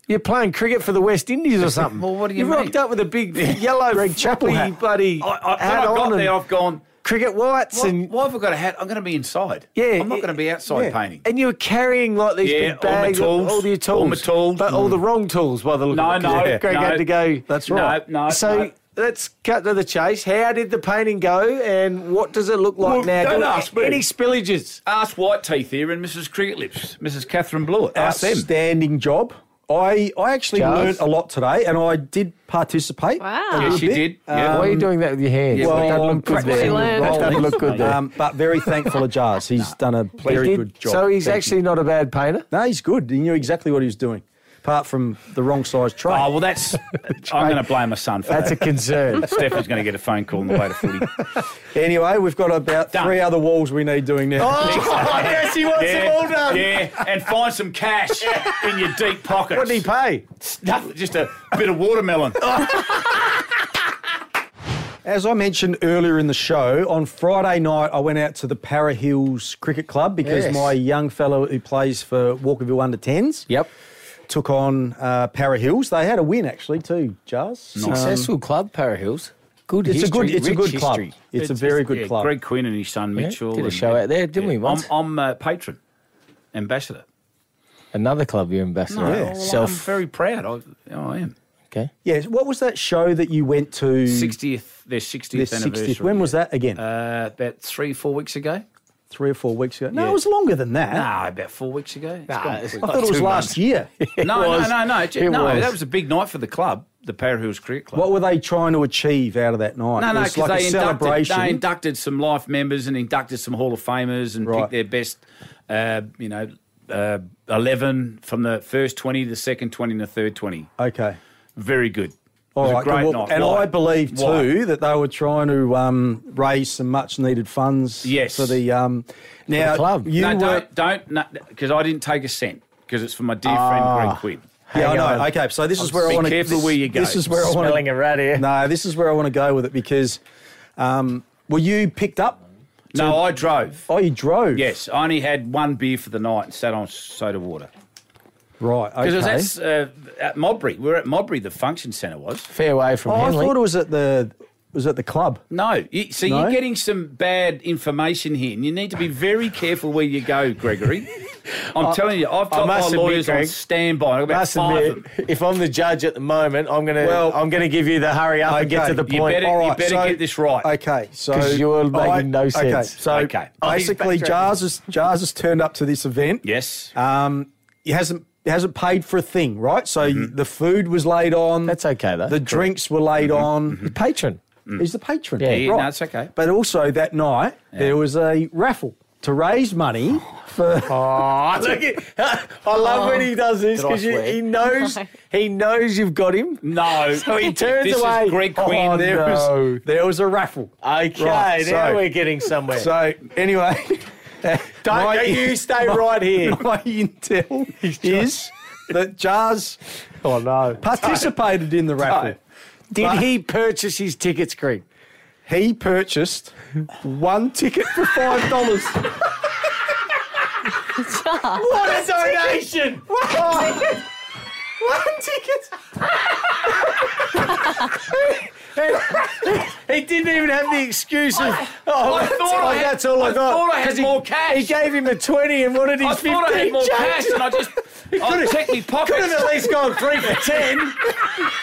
Speaker 1: You're playing cricket for the West Indies or something.
Speaker 3: Well, what do you
Speaker 1: you
Speaker 3: mean?
Speaker 1: rocked up with a big yellow Greg
Speaker 2: Chappell hat.
Speaker 1: bloody
Speaker 3: I, I, when
Speaker 1: hat
Speaker 3: I got
Speaker 1: on
Speaker 3: there,
Speaker 1: and
Speaker 3: I've gone.
Speaker 1: cricket whites
Speaker 3: Why,
Speaker 1: and
Speaker 3: why have I got a hat? I'm going to be inside.
Speaker 1: Yeah,
Speaker 3: I'm not
Speaker 1: yeah,
Speaker 3: going to be outside painting.
Speaker 1: and you were carrying like these
Speaker 3: Yeah,
Speaker 1: big
Speaker 3: all my
Speaker 1: bags,
Speaker 3: tools,
Speaker 1: all your tools,
Speaker 3: all my tools. Mm.
Speaker 1: but all the wrong tools. By the look
Speaker 3: No,
Speaker 1: of it, 'cause
Speaker 3: no,
Speaker 1: Greg
Speaker 3: no.
Speaker 1: had to go.
Speaker 2: That's
Speaker 3: No,
Speaker 2: right.
Speaker 3: no.
Speaker 1: so
Speaker 3: no.
Speaker 1: let's cut to the chase. How did the painting go, and what does it look like
Speaker 3: Well,
Speaker 1: now?
Speaker 3: don't
Speaker 1: Do-
Speaker 3: ask me.
Speaker 1: Any spillages?
Speaker 3: ask Whiteteeth here and Mrs. Cricket Lips, Mrs. Catherine Blewett.
Speaker 1: Ah,
Speaker 3: Ask them.
Speaker 2: Outstanding job. I, I actually
Speaker 1: Jars.
Speaker 2: learnt a lot today and I did participate.
Speaker 4: Wow.
Speaker 2: a
Speaker 4: Yes,
Speaker 2: little
Speaker 3: she
Speaker 2: bit.
Speaker 3: did. Yeah.
Speaker 2: Um,
Speaker 1: Why are you doing that with your hands?
Speaker 3: Yeah,
Speaker 1: that
Speaker 3: well,
Speaker 1: doesn't look good
Speaker 2: practicing
Speaker 1: there.
Speaker 4: with
Speaker 1: That doesn't
Speaker 2: rolling.
Speaker 1: look good there.
Speaker 2: Um, but very thankful of Jars. He's done a very
Speaker 1: He did-
Speaker 2: good job.
Speaker 1: So he's
Speaker 2: Thank
Speaker 1: actually
Speaker 2: you.
Speaker 1: not a bad painter.
Speaker 2: No, he's good. He knew exactly what he was doing, apart from the wrong size tray.
Speaker 3: Oh well, that's. I'm going to blame my son for
Speaker 1: That's a
Speaker 3: that.
Speaker 1: concern.
Speaker 3: Stephanie's going to get a phone call on the way to footy.
Speaker 2: Anyway, we've got about
Speaker 3: Done.
Speaker 2: three other walls we need doing now.
Speaker 1: yes, Oh, he wants
Speaker 3: yeah, yeah, and find some cash in your deep pockets.
Speaker 1: What did he Oh. pay?
Speaker 3: Nothing, just a bit of watermelon.
Speaker 2: As I mentioned earlier in the show, on Friday night I went out to the Para Hills Cricket Club because
Speaker 1: Yes.
Speaker 2: my young fellow who plays for Walkerville under 10s
Speaker 1: Yep.
Speaker 2: took on uh, Para Hills. They had a win actually too, Jars.
Speaker 1: Successful club, Para Hills. Good
Speaker 2: Um, It's
Speaker 1: history.
Speaker 2: a good, it's a
Speaker 1: rich
Speaker 2: good club.
Speaker 1: history.
Speaker 2: It's, a very good
Speaker 3: Yeah,
Speaker 2: club.
Speaker 3: Greg Quinn and his son Mitchell
Speaker 1: did a
Speaker 3: and-
Speaker 1: show out there, didn't we, once?
Speaker 3: I'm, I'm uh, patron, ambassador.
Speaker 1: Another club you're ambassador.
Speaker 3: No,
Speaker 1: at.
Speaker 2: Yeah.
Speaker 3: well, I'm
Speaker 1: Oh, Self.
Speaker 3: very proud. I, oh, I am.
Speaker 1: Okay.
Speaker 2: Yes. What was that show that you went to?
Speaker 1: Mm.
Speaker 3: 60th, their 60th
Speaker 2: Their
Speaker 3: anniversary.
Speaker 2: 60th. When was that again?
Speaker 3: Uh, about three, four weeks ago.
Speaker 2: three or four weeks ago. No,
Speaker 1: Yeah.
Speaker 2: it was longer than that.
Speaker 3: No, about four weeks ago. It's gone.
Speaker 2: I thought it was last year.
Speaker 3: no,
Speaker 1: was.
Speaker 3: no, no, no, Gee,
Speaker 1: It
Speaker 3: no.
Speaker 1: was.
Speaker 3: That was a big night for the club, the Parahills Cricket Club.
Speaker 2: What were they trying to achieve out of that night?
Speaker 3: No,
Speaker 2: it
Speaker 3: no,
Speaker 2: was
Speaker 3: because
Speaker 2: like
Speaker 3: they,
Speaker 2: a
Speaker 3: inducted,
Speaker 2: celebration.
Speaker 3: they inducted some life members and inducted some Hall of Famers and
Speaker 2: Right.
Speaker 3: picked their best, uh, you know, uh, 11 from the first 20, the second 20, and the third 20.
Speaker 2: okay.
Speaker 3: Very good.
Speaker 2: All
Speaker 3: it
Speaker 2: right,
Speaker 3: was a great
Speaker 2: well,
Speaker 3: night.
Speaker 2: and
Speaker 3: Why?
Speaker 2: I believe too
Speaker 3: Why?
Speaker 2: that they were trying to um, raise some much-needed funds
Speaker 3: Yes.
Speaker 2: for the um, now
Speaker 1: club.
Speaker 2: You
Speaker 3: no,
Speaker 2: were,
Speaker 3: don't, don't, no, because I didn't take a cent because it's for my dear
Speaker 2: Ah.
Speaker 3: friend Greg Quinn.
Speaker 2: yeah, I
Speaker 1: Hang
Speaker 2: know.
Speaker 1: on.
Speaker 2: Okay, so this is where I
Speaker 3: Be
Speaker 2: want to
Speaker 3: careful where you go.
Speaker 2: This is where I want
Speaker 1: Smelling a rat here.
Speaker 2: No, this is where I want to go with it because um, were you picked up?
Speaker 3: No, I drove.
Speaker 2: Oh, you drove.
Speaker 3: Yes, I only had one beer for the night and sat on soda water.
Speaker 2: Right. Okay.
Speaker 3: Because that's uh, at Modbury. We were at Modbury, the function centre was.
Speaker 1: Fair way from
Speaker 2: oh, I
Speaker 1: Henley.
Speaker 2: thought it was at the was at the club.
Speaker 3: No. You, so
Speaker 2: No?
Speaker 3: you're getting some bad information here, and you need to be very careful where you go, Gregory. I'm telling you, I've
Speaker 1: I
Speaker 3: got my
Speaker 1: must admit,
Speaker 3: lawyers on
Speaker 1: Greg,
Speaker 3: standby. I've got about
Speaker 1: Must
Speaker 3: five of
Speaker 1: admit,
Speaker 3: them.
Speaker 1: if I'm the judge at the moment, I'm gonna
Speaker 2: Well,
Speaker 1: I'm gonna give you the hurry up and get
Speaker 2: okay.
Speaker 1: to the
Speaker 3: You
Speaker 1: point.
Speaker 3: better,
Speaker 2: All
Speaker 3: you
Speaker 2: right,
Speaker 3: better
Speaker 2: so-
Speaker 3: get this right.
Speaker 2: Okay, so
Speaker 1: 'Cause you were making
Speaker 2: Alright,
Speaker 1: no
Speaker 2: Okay,
Speaker 1: sense.
Speaker 2: so
Speaker 3: Okay.
Speaker 2: basically,
Speaker 4: backtracking.
Speaker 2: Jars has Jars has turned up to this event.
Speaker 3: Yes.
Speaker 2: Um, he hasn't he hasn't paid for a thing, right? So you- the food was laid on.
Speaker 1: That's okay, though.
Speaker 2: The
Speaker 1: Correct.
Speaker 2: drinks were laid on. Mm-hmm.
Speaker 1: patron.
Speaker 2: He's the patron.
Speaker 1: Yeah, yeah,
Speaker 3: no, it's okay.
Speaker 2: But also that night there was a raffle to raise money for.
Speaker 1: Oh, look at, I love when he does this
Speaker 2: Did I
Speaker 1: because
Speaker 2: swear?
Speaker 1: he knows he knows you've got him.
Speaker 3: no.
Speaker 1: So he turns
Speaker 3: this
Speaker 1: away.
Speaker 3: Is Greg
Speaker 1: Oh,
Speaker 3: Quinn.
Speaker 1: no.
Speaker 2: there was there was a raffle.
Speaker 1: Okay,
Speaker 2: Right,
Speaker 1: now
Speaker 2: so-
Speaker 1: we're getting somewhere.
Speaker 2: So anyway,
Speaker 1: don't
Speaker 2: my-
Speaker 1: don't you stay right here.
Speaker 2: my intel is that Jars
Speaker 1: Oh no!
Speaker 2: participated in the raffle.
Speaker 1: Did he purchase his tickets, Greg?
Speaker 2: He purchased one ticket for five dollars.
Speaker 1: What a donation!
Speaker 2: one ticket.
Speaker 1: He didn't even have the excuse of, oh,
Speaker 3: I
Speaker 1: that's,
Speaker 3: thought
Speaker 1: all-
Speaker 3: I had-
Speaker 1: that's all I
Speaker 3: I
Speaker 1: got.
Speaker 3: thought I had
Speaker 1: 'Cause he,
Speaker 3: more cash.
Speaker 1: He gave him a 20 and wanted his
Speaker 3: I
Speaker 1: 15.
Speaker 3: thought I had more
Speaker 1: change.
Speaker 3: cash, and I just I checked my
Speaker 1: Could have at
Speaker 3: pockets.
Speaker 1: least gone three for 10.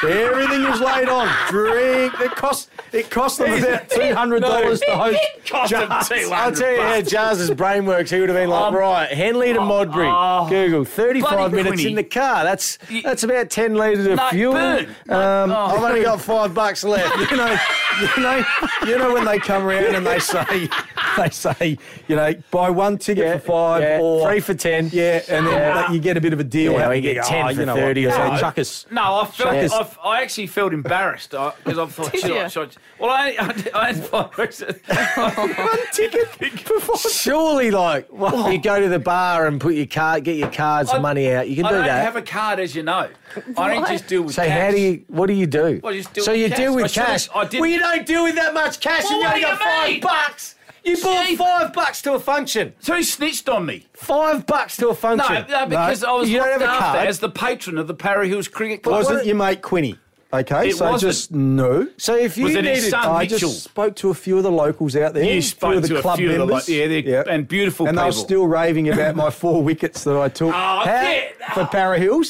Speaker 2: Everything was laid on. Drink. It cost. It cost them about two hundred dollars to host.
Speaker 3: Cost him
Speaker 2: Just-
Speaker 1: I'll
Speaker 3: 200
Speaker 1: tell you how
Speaker 3: bucks.
Speaker 1: Jars' brain works. He would have been like,
Speaker 3: Um,
Speaker 1: right, Henley to Modbury. Google, 35
Speaker 3: bloody
Speaker 1: minutes
Speaker 3: quinny.
Speaker 1: in the car. That's
Speaker 3: Ye-
Speaker 1: that's about 10 litres of
Speaker 3: No,
Speaker 1: fuel.
Speaker 3: burn. No,
Speaker 1: Um,
Speaker 3: oh.
Speaker 1: I've only got five bucks left.
Speaker 2: You know. You know. You know when they come around and they say, they say, you know, buy one ticket
Speaker 1: Yeah,
Speaker 2: for five
Speaker 1: yeah,
Speaker 2: or
Speaker 1: three for 10.
Speaker 2: Yeah, and then that- you get a bit of a deal.
Speaker 1: Yeah,
Speaker 2: happening.
Speaker 1: we get
Speaker 2: You go,
Speaker 1: 10
Speaker 2: "Oh,
Speaker 1: for
Speaker 2: you know what,
Speaker 1: 30 or
Speaker 2: yeah,
Speaker 1: something."
Speaker 2: Chuck us.
Speaker 3: No, I felt
Speaker 2: Yes.
Speaker 3: I've, I actually felt embarrassed because I thought, should I,
Speaker 4: you?
Speaker 3: should I, well, I, I, did- I had five bucks.
Speaker 2: One ticket for five.
Speaker 1: Surely, like,
Speaker 3: Oh.
Speaker 1: you go to the bar and put your card, get your cards and money out. You can
Speaker 3: I
Speaker 1: do
Speaker 3: don't
Speaker 1: that.
Speaker 3: have a card, as you know. I don't just deal with
Speaker 1: So
Speaker 3: cash.
Speaker 1: how do you? What do you do?
Speaker 3: Well, you just deal
Speaker 1: so
Speaker 3: with
Speaker 1: you
Speaker 3: cash.
Speaker 1: deal
Speaker 3: I
Speaker 1: with
Speaker 3: should've-
Speaker 1: cash.
Speaker 3: I didn't-
Speaker 1: Well, you don't deal with that much cash.
Speaker 3: Well,
Speaker 1: you
Speaker 3: what
Speaker 1: only
Speaker 3: do
Speaker 1: got
Speaker 3: you
Speaker 1: five
Speaker 3: mean?
Speaker 1: bucks. You bought
Speaker 3: Cheap.
Speaker 1: five bucks to a function.
Speaker 3: So he snitched on me.
Speaker 1: Five bucks to
Speaker 3: No,
Speaker 1: a function.
Speaker 3: no, because I was
Speaker 1: You don't
Speaker 3: looked
Speaker 1: have a
Speaker 3: after
Speaker 1: card.
Speaker 3: as the patron of the Parry Hills Cricket Club.
Speaker 2: Wasn't your mate Quinny? Okay,
Speaker 3: It
Speaker 2: so
Speaker 3: wasn't.
Speaker 2: just no.
Speaker 1: So if you
Speaker 3: Was it
Speaker 1: needed,
Speaker 3: his son?
Speaker 2: I
Speaker 3: Mitchell.
Speaker 2: just spoke to a few of the locals out there.
Speaker 3: You
Speaker 2: a few
Speaker 3: spoke
Speaker 2: of the
Speaker 3: to a
Speaker 2: club
Speaker 3: few of the lo-
Speaker 2: members.
Speaker 3: yeah, they're- and beautiful
Speaker 2: And they were
Speaker 3: people.
Speaker 2: still raving about my four wickets that I took
Speaker 3: Oh, yeah.
Speaker 2: for Para Hills.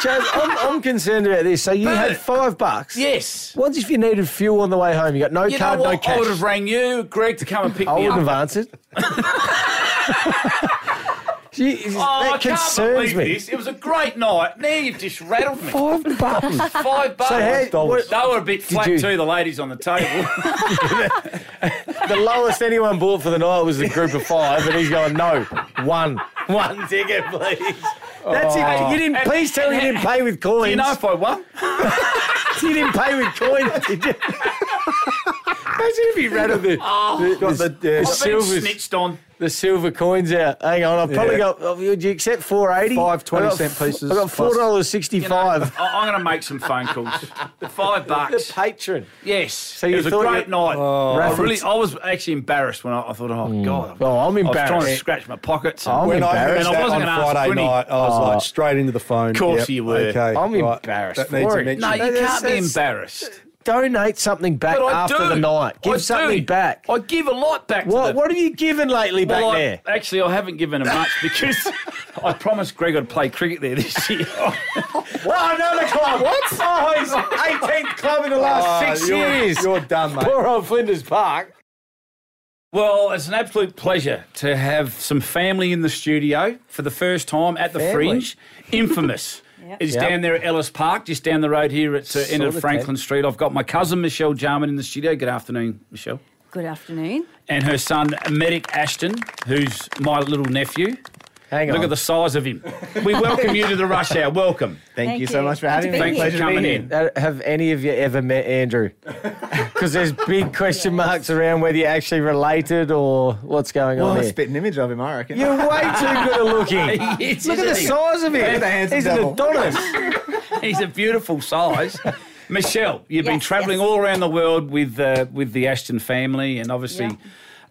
Speaker 1: Jazz, I'm, I'm concerned about this. So you
Speaker 3: Burn
Speaker 1: had
Speaker 3: it.
Speaker 1: five bucks.
Speaker 3: yes.
Speaker 1: What if you needed fuel on the way home? You got no
Speaker 3: You
Speaker 1: card,
Speaker 3: know
Speaker 1: no
Speaker 3: what? I
Speaker 1: cash.
Speaker 3: would have rang you, Greg, to come and pick
Speaker 1: I
Speaker 3: me up.
Speaker 1: wouldn't have answered. Gee,
Speaker 3: Oh, I
Speaker 1: that concerns
Speaker 3: can't believe
Speaker 1: me.
Speaker 3: this. It was a great night. Now you've just rattled me.
Speaker 1: Five bucks.
Speaker 3: Five bucks.
Speaker 1: how- what-
Speaker 3: they were a bit flat
Speaker 1: you-
Speaker 3: too, the ladies on the table.
Speaker 1: The lowest anyone bought for the night was a group of five, and he's going, no, one. One ticket, please.
Speaker 3: Oh.
Speaker 1: That's it. You didn't, please tell me you didn't pay with coins.
Speaker 3: you know if I won?
Speaker 1: you didn't pay with coins, did you? Imagine if you rattled the,
Speaker 2: Got the, yeah,
Speaker 3: I've been
Speaker 1: Silvers.
Speaker 3: snitched on.
Speaker 1: the silver coins out. Hang on, I've probably
Speaker 2: Yeah.
Speaker 1: got, oh, would you accept 480
Speaker 2: Five 20
Speaker 1: I got
Speaker 2: cent
Speaker 1: f-
Speaker 2: pieces
Speaker 1: I got
Speaker 2: plus-
Speaker 1: $4.65.
Speaker 3: You know, I, am going to make some phone calls. The five bucks.
Speaker 1: The patron.
Speaker 3: yes.
Speaker 1: you
Speaker 3: it was a
Speaker 1: thought
Speaker 3: great
Speaker 1: you- Oh.
Speaker 3: night. I
Speaker 1: Raffles-
Speaker 3: really, I was actually embarrassed when I, I thought, oh god.
Speaker 1: Oh, I'm
Speaker 3: I was trying to
Speaker 1: embarrassed.
Speaker 3: scratch my pockets.
Speaker 1: I'm
Speaker 2: when I heard
Speaker 1: embarrassed. Oh.
Speaker 3: And I
Speaker 2: that on
Speaker 3: wasn't gonna ask
Speaker 2: Friday
Speaker 3: Quinny.
Speaker 2: night, I was like straight into the phone. Of
Speaker 3: course you were.
Speaker 2: Okay,
Speaker 1: I'm
Speaker 2: right,
Speaker 1: embarrassed
Speaker 2: That needs
Speaker 1: for
Speaker 2: a
Speaker 1: it.
Speaker 2: mention.
Speaker 3: no, you
Speaker 1: That's-
Speaker 3: can't be
Speaker 1: that's-
Speaker 3: embarrassed.
Speaker 1: Donate something back
Speaker 3: But I
Speaker 1: after
Speaker 3: do.
Speaker 1: the night. Give
Speaker 3: I do.
Speaker 1: something back.
Speaker 3: I give a lot back. to
Speaker 1: What,
Speaker 3: the-
Speaker 1: what have you given lately back
Speaker 3: Well, I-
Speaker 1: there?
Speaker 3: Actually, I haven't given him much because I promised Greg I'd play cricket there this year.
Speaker 1: What another club? What? Oh, he's 18th club in the last
Speaker 2: Oh,
Speaker 1: six
Speaker 2: you're-
Speaker 1: years.
Speaker 2: You're done, mate.
Speaker 1: Poor old Flinders Park.
Speaker 3: Well, it's an absolute pleasure to have some family in the studio for the first time at the
Speaker 1: Family.
Speaker 3: Fringe. Infamous. It's
Speaker 1: Yep.
Speaker 3: down there at Ellis Park, just down the road here at uh, end of
Speaker 1: Sorta
Speaker 3: Franklin
Speaker 1: cake.
Speaker 3: Street. I've got my cousin Michelle Jarman in the studio. Good afternoon, Michelle.
Speaker 4: Good afternoon.
Speaker 3: And her son, Medic Ashton, who's my little nephew.
Speaker 1: Hang on.
Speaker 3: Look at the size of him. We welcome you to the rush hour. Welcome.
Speaker 10: Thank,
Speaker 4: Thank
Speaker 10: you so
Speaker 4: you.
Speaker 10: much for
Speaker 4: Good to
Speaker 10: having
Speaker 4: be
Speaker 10: me.
Speaker 4: here.
Speaker 3: Thanks for
Speaker 10: Pleasure to be
Speaker 3: coming
Speaker 10: here.
Speaker 3: in.
Speaker 1: Uh, Have any of you ever met Andrew? Because there's big question marks around whether you're actually related or what's going
Speaker 10: Well,
Speaker 1: on
Speaker 10: a
Speaker 1: there.
Speaker 10: spitting image of him, I reckon.
Speaker 1: You're way too good at looking.
Speaker 3: Yes,
Speaker 1: Look at the
Speaker 3: isn't he?
Speaker 1: size of
Speaker 10: Look at the
Speaker 1: him.
Speaker 10: handsome
Speaker 1: He's an
Speaker 10: devil.
Speaker 1: Adonis.
Speaker 3: He's a beautiful size. Michelle, you've been
Speaker 4: Yes,
Speaker 3: travelling
Speaker 4: yes.
Speaker 3: all around the world with uh, with the Ashton family, and obviously.
Speaker 4: Yeah.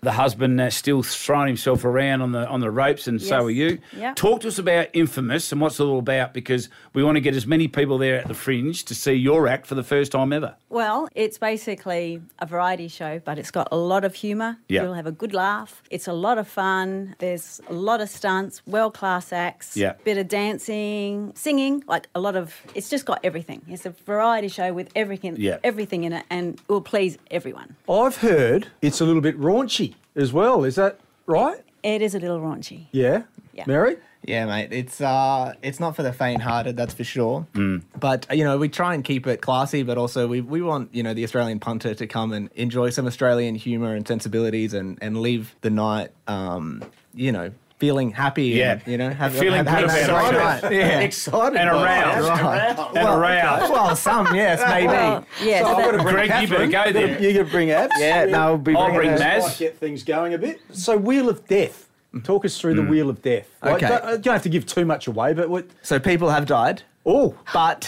Speaker 3: The husband uh, still throwing himself around on the on the ropes, and so
Speaker 4: Yes.
Speaker 3: are you.
Speaker 4: Yeah.
Speaker 3: Talk to us about Infamous and what's it all about, because we want to get as many people there at the Fringe to see your act for the first time ever.
Speaker 4: Well, it's basically a variety show, but it's got a lot of humour.
Speaker 3: Yeah.
Speaker 4: You'll have a good laugh. It's a lot of fun. There's a lot of stunts, world class acts,
Speaker 3: Yeah.
Speaker 4: bit of dancing, singing, like a lot of it's just got everything. It's a variety show with everything
Speaker 3: Yeah.
Speaker 4: everything in it and it will please everyone.
Speaker 2: I've heard it's a little bit raunchy as well. Is that right?
Speaker 4: It is a little raunchy.
Speaker 2: Yeah.
Speaker 4: Yeah.
Speaker 2: Mary?
Speaker 10: Yeah, mate. It's uh, it's not for the faint-hearted, that's for sure.
Speaker 3: Mm.
Speaker 10: But uh, you know, we try and keep it classy, but also we we want you know the Australian punter to come and enjoy some Australian humour and sensibilities, and and leave the night, um, you know, feeling happy. and,
Speaker 3: Yeah.
Speaker 10: you know, having
Speaker 3: Feeling
Speaker 10: having
Speaker 3: good
Speaker 10: a
Speaker 3: about
Speaker 10: great night. Yeah.
Speaker 1: Excited.
Speaker 3: And
Speaker 1: by
Speaker 3: around,
Speaker 10: Right.
Speaker 3: and around.
Speaker 10: Well, some yes, maybe.
Speaker 4: Well, yeah, so that-
Speaker 3: Greg, you better go there.
Speaker 2: You can bring abs.
Speaker 1: Yeah, no, we'll be
Speaker 3: I'll bring
Speaker 1: bringing that.
Speaker 3: that. Maz.
Speaker 2: Might get things going a bit. So, Wheel of Death. Talk us through the
Speaker 1: Mm.
Speaker 2: Wheel of Death.
Speaker 10: Okay.
Speaker 2: don't, you don't have to give too much away, but what?
Speaker 10: So people have died.
Speaker 2: Oh,
Speaker 10: But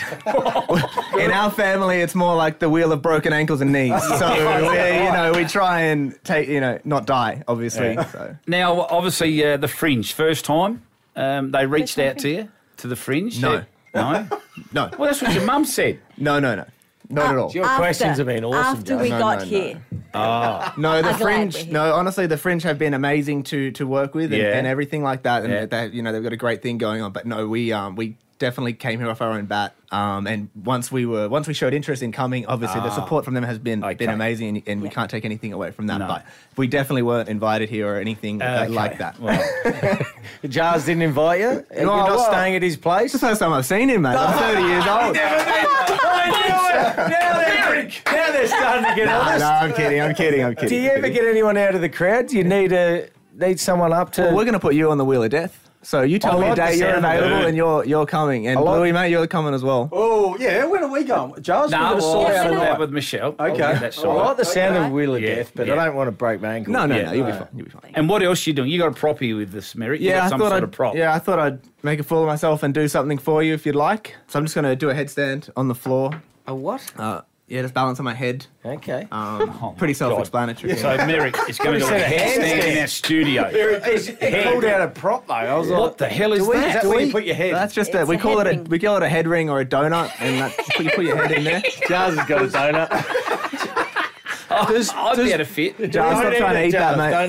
Speaker 10: in our family, it's more like the wheel of broken ankles and knees. So we, you know, we try and take, you know, not die, obviously. So.
Speaker 3: Now, obviously, uh, the Fringe first time um, they reached out to you to the Fringe.
Speaker 10: No.
Speaker 3: no, Ah,
Speaker 10: No,
Speaker 3: Well, that's what your mum said.
Speaker 10: no, no, no, not at all.
Speaker 1: Your questions have been awesome,
Speaker 4: After
Speaker 1: Dave.
Speaker 4: we
Speaker 10: No,
Speaker 4: got
Speaker 10: no, no.
Speaker 4: here.
Speaker 10: No, the
Speaker 4: I'm glad we're
Speaker 10: fringe.
Speaker 4: here.
Speaker 10: No, honestly, the fringe have been amazing to to work with and,
Speaker 3: Yeah.
Speaker 10: and everything like that. And
Speaker 3: Yeah.
Speaker 10: they, you know, they've got a great thing going on. But no, we um we definitely came here off our own bat. Um, and once we were once we showed interest in coming, obviously
Speaker 3: Ah.
Speaker 10: the support from them has been
Speaker 3: Okay.
Speaker 10: been amazing, and, and we
Speaker 4: Yeah.
Speaker 10: can't take anything away from that.
Speaker 3: No.
Speaker 10: But we definitely weren't invited here or anything uh,
Speaker 3: Okay.
Speaker 10: like that.
Speaker 3: Well,
Speaker 1: Jars didn't invite you. And You're not
Speaker 10: well-
Speaker 1: staying at his place.
Speaker 10: It's the first time I've seen him, mate. I'm 30 years old.
Speaker 1: now, they're, now they're starting to get
Speaker 10: No,
Speaker 1: honest.
Speaker 10: no, I'm kidding. I'm kidding. I'm kidding.
Speaker 1: Do you ever get anyone out of the crowd? Do you need a need someone up to?
Speaker 3: Oh,
Speaker 10: Well, we're going to put you on the wheel of death. So you
Speaker 1: I
Speaker 10: tell me
Speaker 1: like
Speaker 10: a day
Speaker 1: the
Speaker 10: you're
Speaker 1: sound of
Speaker 10: available
Speaker 1: it.
Speaker 10: and you're you're coming. And
Speaker 1: like-
Speaker 10: Bluey, mate, you're coming as well.
Speaker 2: oh, yeah. When are we going? Giles,
Speaker 3: no,
Speaker 2: we're
Speaker 3: we'll
Speaker 2: going to
Speaker 3: settle
Speaker 2: sort
Speaker 3: that
Speaker 2: out
Speaker 3: with Michelle.
Speaker 2: Okay.
Speaker 3: I'll get that
Speaker 1: I
Speaker 3: sorted.
Speaker 1: like the sound of Wheel of
Speaker 3: Yeah,
Speaker 1: Death, but
Speaker 3: yeah.
Speaker 1: I don't want to break my ankle.
Speaker 10: No, no,
Speaker 3: Yeah.
Speaker 10: no. You'll be fine. You'll be fine.
Speaker 3: And what else you doing? You got a prop here with this, Mary. You got
Speaker 10: Yeah, I
Speaker 3: some
Speaker 10: thought
Speaker 3: sort
Speaker 10: I'd
Speaker 3: of prop.
Speaker 10: yeah, I thought I'd make a fool of myself and do something for you if you'd like. So I'm just going to do a headstand on the floor.
Speaker 1: A what? Uh,
Speaker 10: Uh, yeah, just balance on my head.
Speaker 1: Okay.
Speaker 10: Um,
Speaker 3: Oh my
Speaker 10: pretty
Speaker 3: God.
Speaker 10: self-explanatory.
Speaker 3: So Merrick is going to do a
Speaker 1: said a
Speaker 3: handstand in
Speaker 1: handstand.
Speaker 3: our studio.
Speaker 1: He pulled out a prop though. I was like,
Speaker 3: What the hell is
Speaker 1: Do we-
Speaker 3: that?
Speaker 1: Is that
Speaker 3: Do
Speaker 1: where
Speaker 3: we-
Speaker 1: you put your head?
Speaker 10: That's just a,
Speaker 4: It's
Speaker 10: we
Speaker 4: a
Speaker 10: call
Speaker 4: head
Speaker 10: it a
Speaker 4: ring.
Speaker 10: we call it a head ring or a donut, and that's, you put your head in there.
Speaker 1: Jars has got a donut.
Speaker 3: I'd be able to fit.
Speaker 10: Jar,
Speaker 1: Don't
Speaker 10: stop
Speaker 1: eat
Speaker 10: trying to
Speaker 1: it,
Speaker 10: eat that,
Speaker 1: Jars,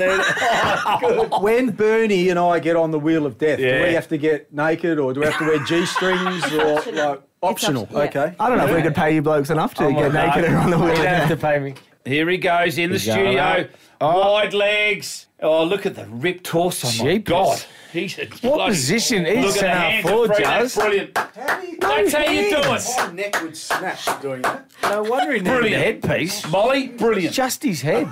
Speaker 1: Don't
Speaker 10: mate.
Speaker 1: eat it.
Speaker 2: When Bernie and I get on the Wheel of Death, do
Speaker 3: Yeah.
Speaker 2: we have to get naked or do we have to wear G strings or like optional?
Speaker 4: optional, yeah.
Speaker 2: Okay.
Speaker 10: I don't know if we could pay you blokes enough
Speaker 1: Oh
Speaker 10: to get
Speaker 3: God.
Speaker 10: naked and on the
Speaker 1: You
Speaker 10: wheel.
Speaker 1: don't have to pay me.
Speaker 3: Here he goes in the
Speaker 1: He's going
Speaker 3: studio.
Speaker 1: up.
Speaker 3: Wide legs. Oh, look at the ripped torso. My
Speaker 1: Jeepers.
Speaker 3: God. He's a
Speaker 1: What
Speaker 3: bloody-
Speaker 1: position is
Speaker 3: Look at the
Speaker 1: Senna
Speaker 3: hands
Speaker 1: for,
Speaker 3: are free. That's
Speaker 1: Jars?
Speaker 3: Brilliant. That's how you do it.
Speaker 2: My neck would snatch doing that.
Speaker 1: No wonder he needed a
Speaker 3: Brilliant.
Speaker 1: headpiece.
Speaker 3: Molly, brilliant.
Speaker 1: Just his head.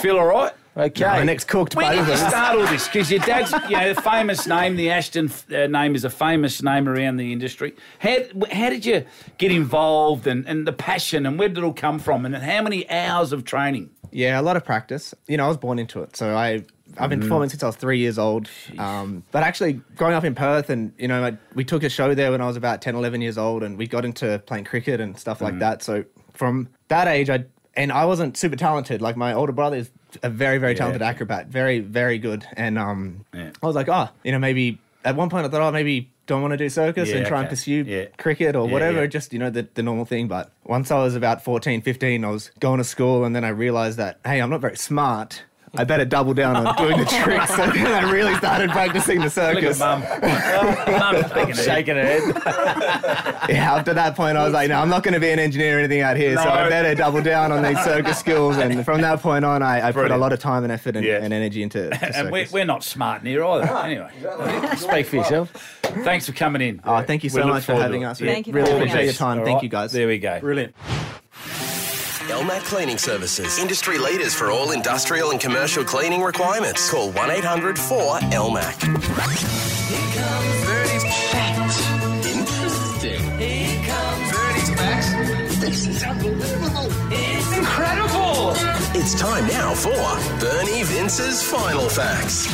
Speaker 3: Feel all right?
Speaker 1: Okay.
Speaker 10: My neck's cooked,
Speaker 3: Where
Speaker 10: both
Speaker 3: did
Speaker 10: of
Speaker 3: you
Speaker 10: us.
Speaker 3: start all this? Because your dad's, you know, the famous name, the Ashton uh, name, is a famous name around the industry. How how did you get involved and, and the passion and where did it all come from and how many hours of training?
Speaker 10: Yeah, a lot of practice. You know, I was born into it, so I I've
Speaker 3: Mm.
Speaker 10: been performing since I was three years old. Um, but actually, growing up in Perth, and you know, I, we took a show there when I was about 10, 11 years old, and we got into playing cricket and stuff
Speaker 3: Mm.
Speaker 10: like that. So from that age, I and I wasn't super talented. Like my older brother is a very very talented acrobat, very very good, and um,
Speaker 3: Yeah.
Speaker 10: I was like, oh, you know, maybe at one point I thought, oh, maybe don't want to do circus
Speaker 3: Yeah,
Speaker 10: and try and
Speaker 3: okay.
Speaker 10: pursue
Speaker 3: Yeah.
Speaker 10: cricket or
Speaker 3: Yeah,
Speaker 10: whatever
Speaker 3: yeah.
Speaker 10: just you know the, the normal thing but once i was about 14 15 i was going to school and then i realized that hey i'm not very smart I better double down on doing the tricks. So then I really started practicing the circus.
Speaker 3: Mum
Speaker 1: shaking her head.
Speaker 10: Yeah, after that point, I was like, no, I'm not going to be an engineer or anything out here, so I
Speaker 3: No.
Speaker 10: better double down on these circus skills. And from that point on, I, I put a
Speaker 3: Brilliant.
Speaker 10: lot of time and effort and,
Speaker 3: Yeah.
Speaker 10: and energy into to
Speaker 3: And we're,
Speaker 10: circus.
Speaker 3: we're not smart near either.
Speaker 10: Ah.
Speaker 3: Anyway,
Speaker 1: Speak for yourself.
Speaker 3: thanks for coming in.
Speaker 10: Oh, thank
Speaker 3: We
Speaker 10: you so
Speaker 3: look
Speaker 10: much for
Speaker 3: forward to
Speaker 10: having
Speaker 3: it.
Speaker 10: us.
Speaker 3: Yeah.
Speaker 4: Thank you for
Speaker 10: really
Speaker 4: having
Speaker 10: appreciate
Speaker 4: us.
Speaker 10: your time.
Speaker 3: All
Speaker 10: Thank
Speaker 3: right,
Speaker 10: you, guys.
Speaker 3: There we go.
Speaker 2: Brilliant.
Speaker 11: Elmac Cleaning Services, industry leaders for all industrial and commercial cleaning requirements. Call 1 800 4 Elmac. Here comes Verdi's facts. Interesting. Here comes Verdi's facts. This is unbelievable. It's incredible. It's time now for Bernie Vince's final facts.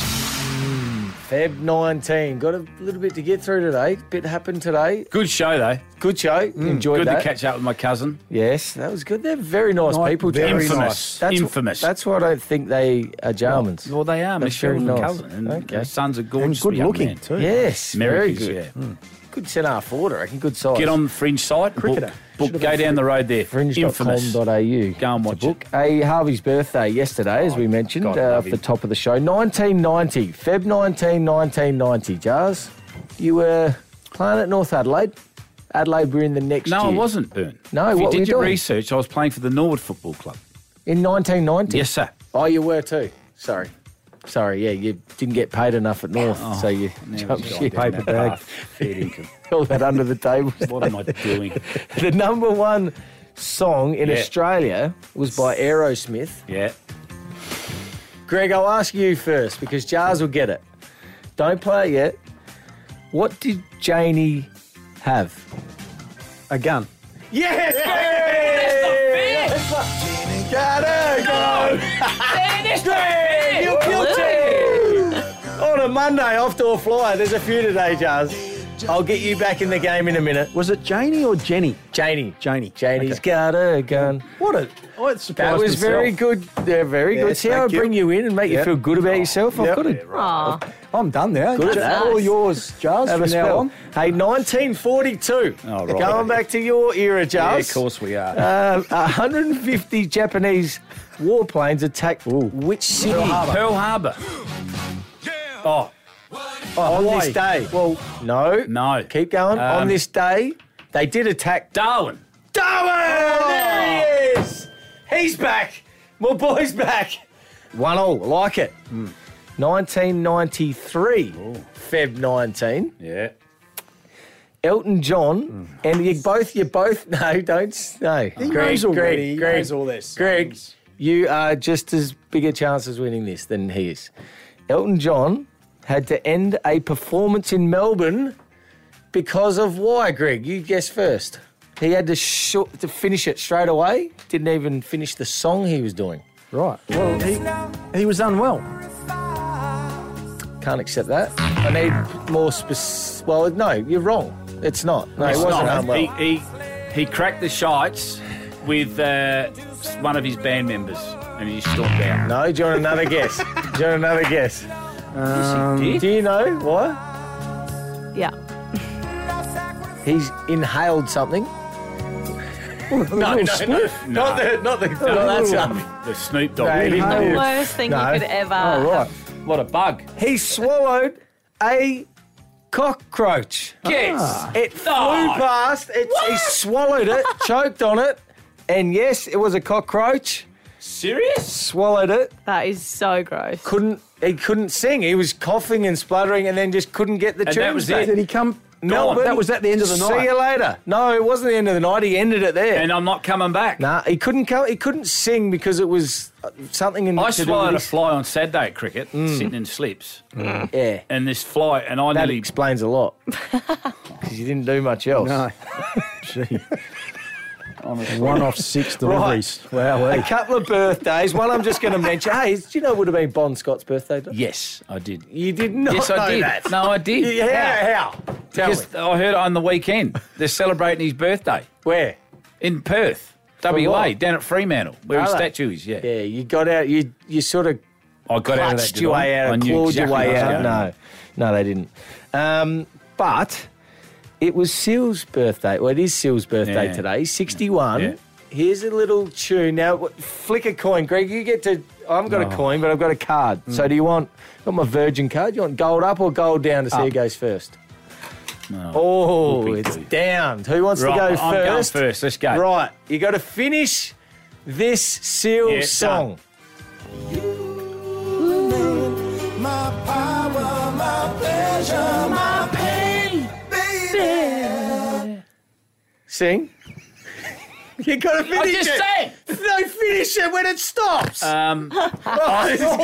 Speaker 1: Feb 19. Got a little bit to get through today. Bit happened today.
Speaker 3: Good show though.
Speaker 1: Mm, Good show. Enjoyed
Speaker 3: Good
Speaker 1: that.
Speaker 3: to catch up with my cousin.
Speaker 1: Yes, that was good. They're very nice
Speaker 2: Nice,
Speaker 1: people.
Speaker 2: very
Speaker 1: Germans.
Speaker 3: infamous,
Speaker 2: nice.
Speaker 1: That's,
Speaker 3: infamous.
Speaker 1: That's why I don't think they are Germans.
Speaker 3: Well, they are.
Speaker 1: That's
Speaker 3: Michelle's
Speaker 1: very
Speaker 3: my
Speaker 1: nice.
Speaker 3: cousin. And
Speaker 1: Okay.
Speaker 3: Her son's a
Speaker 2: And
Speaker 3: gorgeous
Speaker 2: good
Speaker 3: young
Speaker 2: looking,
Speaker 3: man.
Speaker 2: too.
Speaker 1: yes,
Speaker 3: Americans,
Speaker 1: very good. Hmm. Good centre forward, I reckon. Good size.
Speaker 3: Hmm. Get on the fringe site.
Speaker 2: Cricketer.
Speaker 3: Book, book, go down the road there. Infamous.
Speaker 1: fringe.com.au. Go
Speaker 3: and watch Oh,
Speaker 1: book. A Harvey's birthday yesterday, as we mentioned,
Speaker 3: God,
Speaker 1: uh,
Speaker 3: love
Speaker 1: off the
Speaker 3: him.
Speaker 1: top of the show. 1990, Feb 19, 1990. Jars, you were playing at North Adelaide. Adelaide were in the next
Speaker 3: No, I
Speaker 1: year.
Speaker 3: wasn't, Bern.
Speaker 1: No,
Speaker 3: if
Speaker 1: what were
Speaker 3: you
Speaker 1: you
Speaker 3: did your
Speaker 1: doing?
Speaker 3: research, I was playing for the Norwood Football Club.
Speaker 1: In 1990?
Speaker 3: Yes, sir.
Speaker 1: Oh, you were too. Sorry. Sorry, yeah, you didn't get paid enough at North, so you jumped ship.
Speaker 3: Oh, Paper bag. Fair income.
Speaker 1: All that under the table.
Speaker 3: What am I doing?
Speaker 1: the number one song in
Speaker 3: Yeah.
Speaker 1: Australia was by Aerosmith.
Speaker 3: Yeah.
Speaker 1: Greg, I'll ask you first because Jars will get it. Don't play it yet. What did Janie have?
Speaker 2: A gun.
Speaker 1: Yes! You're guilty! On a Monday, off to a flyer. There's a few today, Jars. I'll get you back in the game in a minute.
Speaker 2: Was it Janie or Jenny?
Speaker 1: Janie.
Speaker 2: Janie.
Speaker 1: Janie's got a gun.
Speaker 2: What a. I surprised
Speaker 1: That was
Speaker 2: myself.
Speaker 1: very good. They're very good.
Speaker 2: Yes,
Speaker 1: See how I
Speaker 2: thank you.
Speaker 1: bring you in and make you
Speaker 2: Yep.
Speaker 1: feel good about yourself? I've
Speaker 2: Yep.
Speaker 1: got to
Speaker 4: Aw.
Speaker 2: I'm done now.
Speaker 1: Good at
Speaker 2: Ja-
Speaker 1: that.
Speaker 2: All yours, Jars,
Speaker 1: have
Speaker 2: from
Speaker 1: a
Speaker 2: now
Speaker 1: spell.
Speaker 2: on.
Speaker 1: Hey, 1942.
Speaker 3: Oh, right.
Speaker 1: Going back to your era,
Speaker 3: Yeah,
Speaker 1: Jars.
Speaker 3: of course we are.
Speaker 1: Uh, 150 Japanese warplanes attacked which city
Speaker 3: Pearl Harbor. Oh,
Speaker 1: on
Speaker 2: Hawaii.
Speaker 1: this day? Oh, Well, no.
Speaker 3: No.
Speaker 1: Keep going. on
Speaker 3: Um,
Speaker 1: this day, they did attack
Speaker 3: Darwin.
Speaker 1: Darwin! There he is! He's back! My boy's back! 1 all, like it. 1993, Feb 19.
Speaker 3: Yeah.
Speaker 1: Elton John, and you both, you both, no, don't, no.
Speaker 2: knows
Speaker 1: Greg,
Speaker 2: already. Mm. He
Speaker 1: Greg,
Speaker 2: knows all this.
Speaker 1: Greg, you are just as big a chance as winning this than he is. Elton John had to end a performance in Melbourne because of why, Greg? You guess first. He had to, sh- to finish it straight away, didn't even finish the song he was doing.
Speaker 2: Right. Well, he, he was unwell.
Speaker 1: Can't accept that. I need more specific. Well, no, you're wrong. It's not. No,
Speaker 3: It's
Speaker 1: it wasn't
Speaker 3: not.
Speaker 1: unwell.
Speaker 3: He, he, he cracked the shites with uh, one of his band members and he stormed out.
Speaker 1: No, do you want another guess? Do you want another guess?
Speaker 3: Um,
Speaker 1: Do you know why?
Speaker 4: Yeah.
Speaker 1: He's inhaled something.
Speaker 2: No, no,
Speaker 1: Not the, not the, not that stuff.
Speaker 3: The Snoop Dogg.
Speaker 1: No, he didn't
Speaker 4: The
Speaker 1: do it.
Speaker 4: worst thing
Speaker 1: No.
Speaker 4: you could ever.
Speaker 2: All right.
Speaker 3: What a bug.
Speaker 1: He swallowed a cockroach.
Speaker 3: Yes.
Speaker 1: It flew
Speaker 3: Ah.
Speaker 1: past. It, he swallowed it, choked on it, and yes, it was a cockroach.
Speaker 3: Serious?
Speaker 1: Swallowed it.
Speaker 4: That is so gross.
Speaker 1: Couldn't. He couldn't sing. He was coughing and spluttering, and then just couldn't get the
Speaker 3: And
Speaker 1: tune.
Speaker 3: that was it.
Speaker 2: Did he come?
Speaker 1: Melbourne.
Speaker 2: That was at the end of the night.
Speaker 1: See you later. No, it wasn't the end of the night. He ended it there.
Speaker 3: And I'm not coming back.
Speaker 1: Nah, he couldn't co- he couldn't sing because it was uh, something in.
Speaker 3: I
Speaker 1: to do
Speaker 3: swallowed a
Speaker 1: with
Speaker 3: fly on Saturday at cricket, sitting in slips,
Speaker 1: his- Yeah,
Speaker 3: and this fly, and I
Speaker 1: that
Speaker 3: nearly
Speaker 1: explains a lot because you didn't do much else.
Speaker 2: No. Gee. One off six deliveries. eh?
Speaker 1: A couple of birthdays. One I'm just going to mention. Hey, do you know it would have been Bon Scott's birthday?
Speaker 3: Yes, I did.
Speaker 1: You did not
Speaker 3: yes,
Speaker 1: know
Speaker 3: I did.
Speaker 1: that.
Speaker 3: No, I did.
Speaker 1: Yeah, how? Tell me.
Speaker 3: Because I heard on the weekend they're celebrating his birthday
Speaker 1: Where?
Speaker 3: in Perth, WA,
Speaker 1: what?
Speaker 3: down at Fremantle, where
Speaker 1: Are
Speaker 3: his
Speaker 1: they?
Speaker 3: statue is. Yeah,
Speaker 1: Yeah, you got out. You you sort of
Speaker 3: I got out of that.
Speaker 1: clutched your way out, clawed your way out. No, no, they didn't. Um, but it was Seal's birthday. Well, it is Seal's birthday
Speaker 3: Yeah.
Speaker 1: today. Sixty-one.
Speaker 3: Yeah.
Speaker 1: Here's a little tune. Now, w- flick a coin, Greg. You get to. I haven't
Speaker 3: Oh.
Speaker 1: got a coin, but I've got a card.
Speaker 3: Mm.
Speaker 1: So do you want got my Virgin card? Do you want gold up or gold down to see who
Speaker 3: Up.
Speaker 1: goes first?
Speaker 3: No.
Speaker 1: Oh,
Speaker 3: Whoopee
Speaker 1: it's
Speaker 3: doo.
Speaker 1: down. Who wants
Speaker 3: Right,
Speaker 1: to go
Speaker 3: I'm going
Speaker 1: 1st
Speaker 3: first. Let's go.
Speaker 1: Right, you got to finish this seal
Speaker 3: Yeah, done.
Speaker 1: song.
Speaker 8: My power, my pleasure, my pain, baby.
Speaker 1: Sing. you got to finish
Speaker 8: I just
Speaker 1: it. No, finish it when it stops.
Speaker 3: Um,
Speaker 1: oh, this is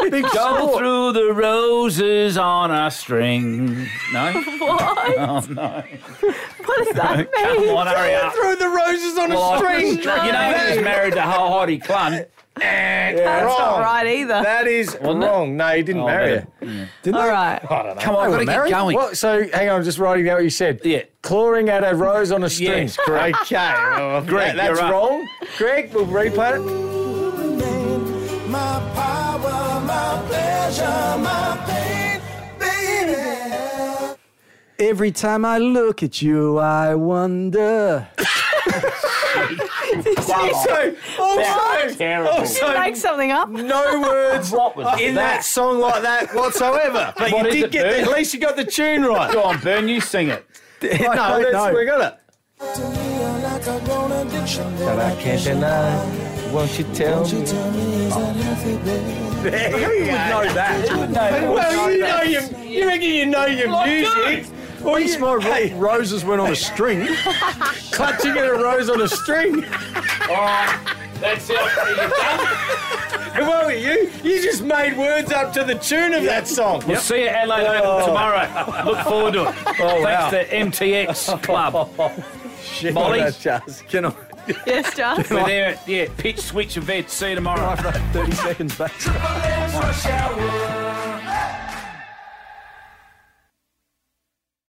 Speaker 1: good. Big
Speaker 3: Go
Speaker 1: score.
Speaker 3: through the roses on a string. No?
Speaker 4: What?
Speaker 3: Oh, no.
Speaker 4: What does that mean?
Speaker 3: Come on, hurry up.
Speaker 1: Throw the roses on
Speaker 3: Well,
Speaker 1: a
Speaker 3: I-
Speaker 1: string.
Speaker 3: You know who's married to Ho Hottie Clun?
Speaker 4: That's
Speaker 1: wrong.
Speaker 4: not right either.
Speaker 1: That is
Speaker 3: Wasn't it?
Speaker 1: wrong. No, he didn't
Speaker 3: Oh,
Speaker 1: marry
Speaker 3: better.
Speaker 1: her. Didn't
Speaker 4: All
Speaker 1: they?
Speaker 4: right.
Speaker 1: I don't know.
Speaker 3: Come on, I've got
Speaker 1: They were
Speaker 3: to get
Speaker 1: married?
Speaker 3: going.
Speaker 1: What? So hang on, I'm just writing out what you said.
Speaker 3: Yeah.
Speaker 1: Clawing at a rose on a string.
Speaker 3: Yes,
Speaker 1: okay.
Speaker 3: correct.
Speaker 1: well,
Speaker 3: Greg,
Speaker 1: that- that's
Speaker 3: you're up.
Speaker 1: wrong. Greg, we'll replay it.
Speaker 8: My power, my pleasure, my pain, baby.
Speaker 2: Every time I look at you, I wonder.
Speaker 1: Also, also,
Speaker 3: terrible.
Speaker 4: Did you make
Speaker 1: also,
Speaker 4: something up?
Speaker 1: no words
Speaker 3: What was
Speaker 1: in
Speaker 3: that?
Speaker 1: that song like that whatsoever. But
Speaker 3: What
Speaker 1: you
Speaker 3: is
Speaker 1: did
Speaker 3: it,
Speaker 1: get the,
Speaker 3: Bert?
Speaker 1: at least you got the tune right.
Speaker 3: Go on, Burn, you sing it.
Speaker 1: no,
Speaker 2: don't
Speaker 1: that's,
Speaker 2: know.
Speaker 1: we got it.
Speaker 8: To me, I'm like a grown addiction that
Speaker 1: But
Speaker 8: I
Speaker 1: I can't deny. Won't you tell
Speaker 8: Don't you
Speaker 1: me?
Speaker 8: tell me it's not healthy, baby.
Speaker 1: you would know that. well, you know your, you reckon you know your music. Or
Speaker 2: At least my ro-
Speaker 1: hey,
Speaker 2: roses went on a string.
Speaker 1: clutching at a rose on a string.
Speaker 3: That's it.
Speaker 1: Who are you? You just made words up to the tune of that song.
Speaker 3: We'll see you at Adelaide
Speaker 1: Oh.
Speaker 3: tomorrow. Look forward to it.
Speaker 1: wow.
Speaker 3: Thanks to MTX Club.
Speaker 1: Shit,
Speaker 3: Molly?
Speaker 1: that's just-
Speaker 2: Can I?
Speaker 4: Yes, Charles.
Speaker 3: We're there at yeah, pitch switch event. See you tomorrow.
Speaker 2: Thirty seconds back.
Speaker 8: Triple M's rush hour.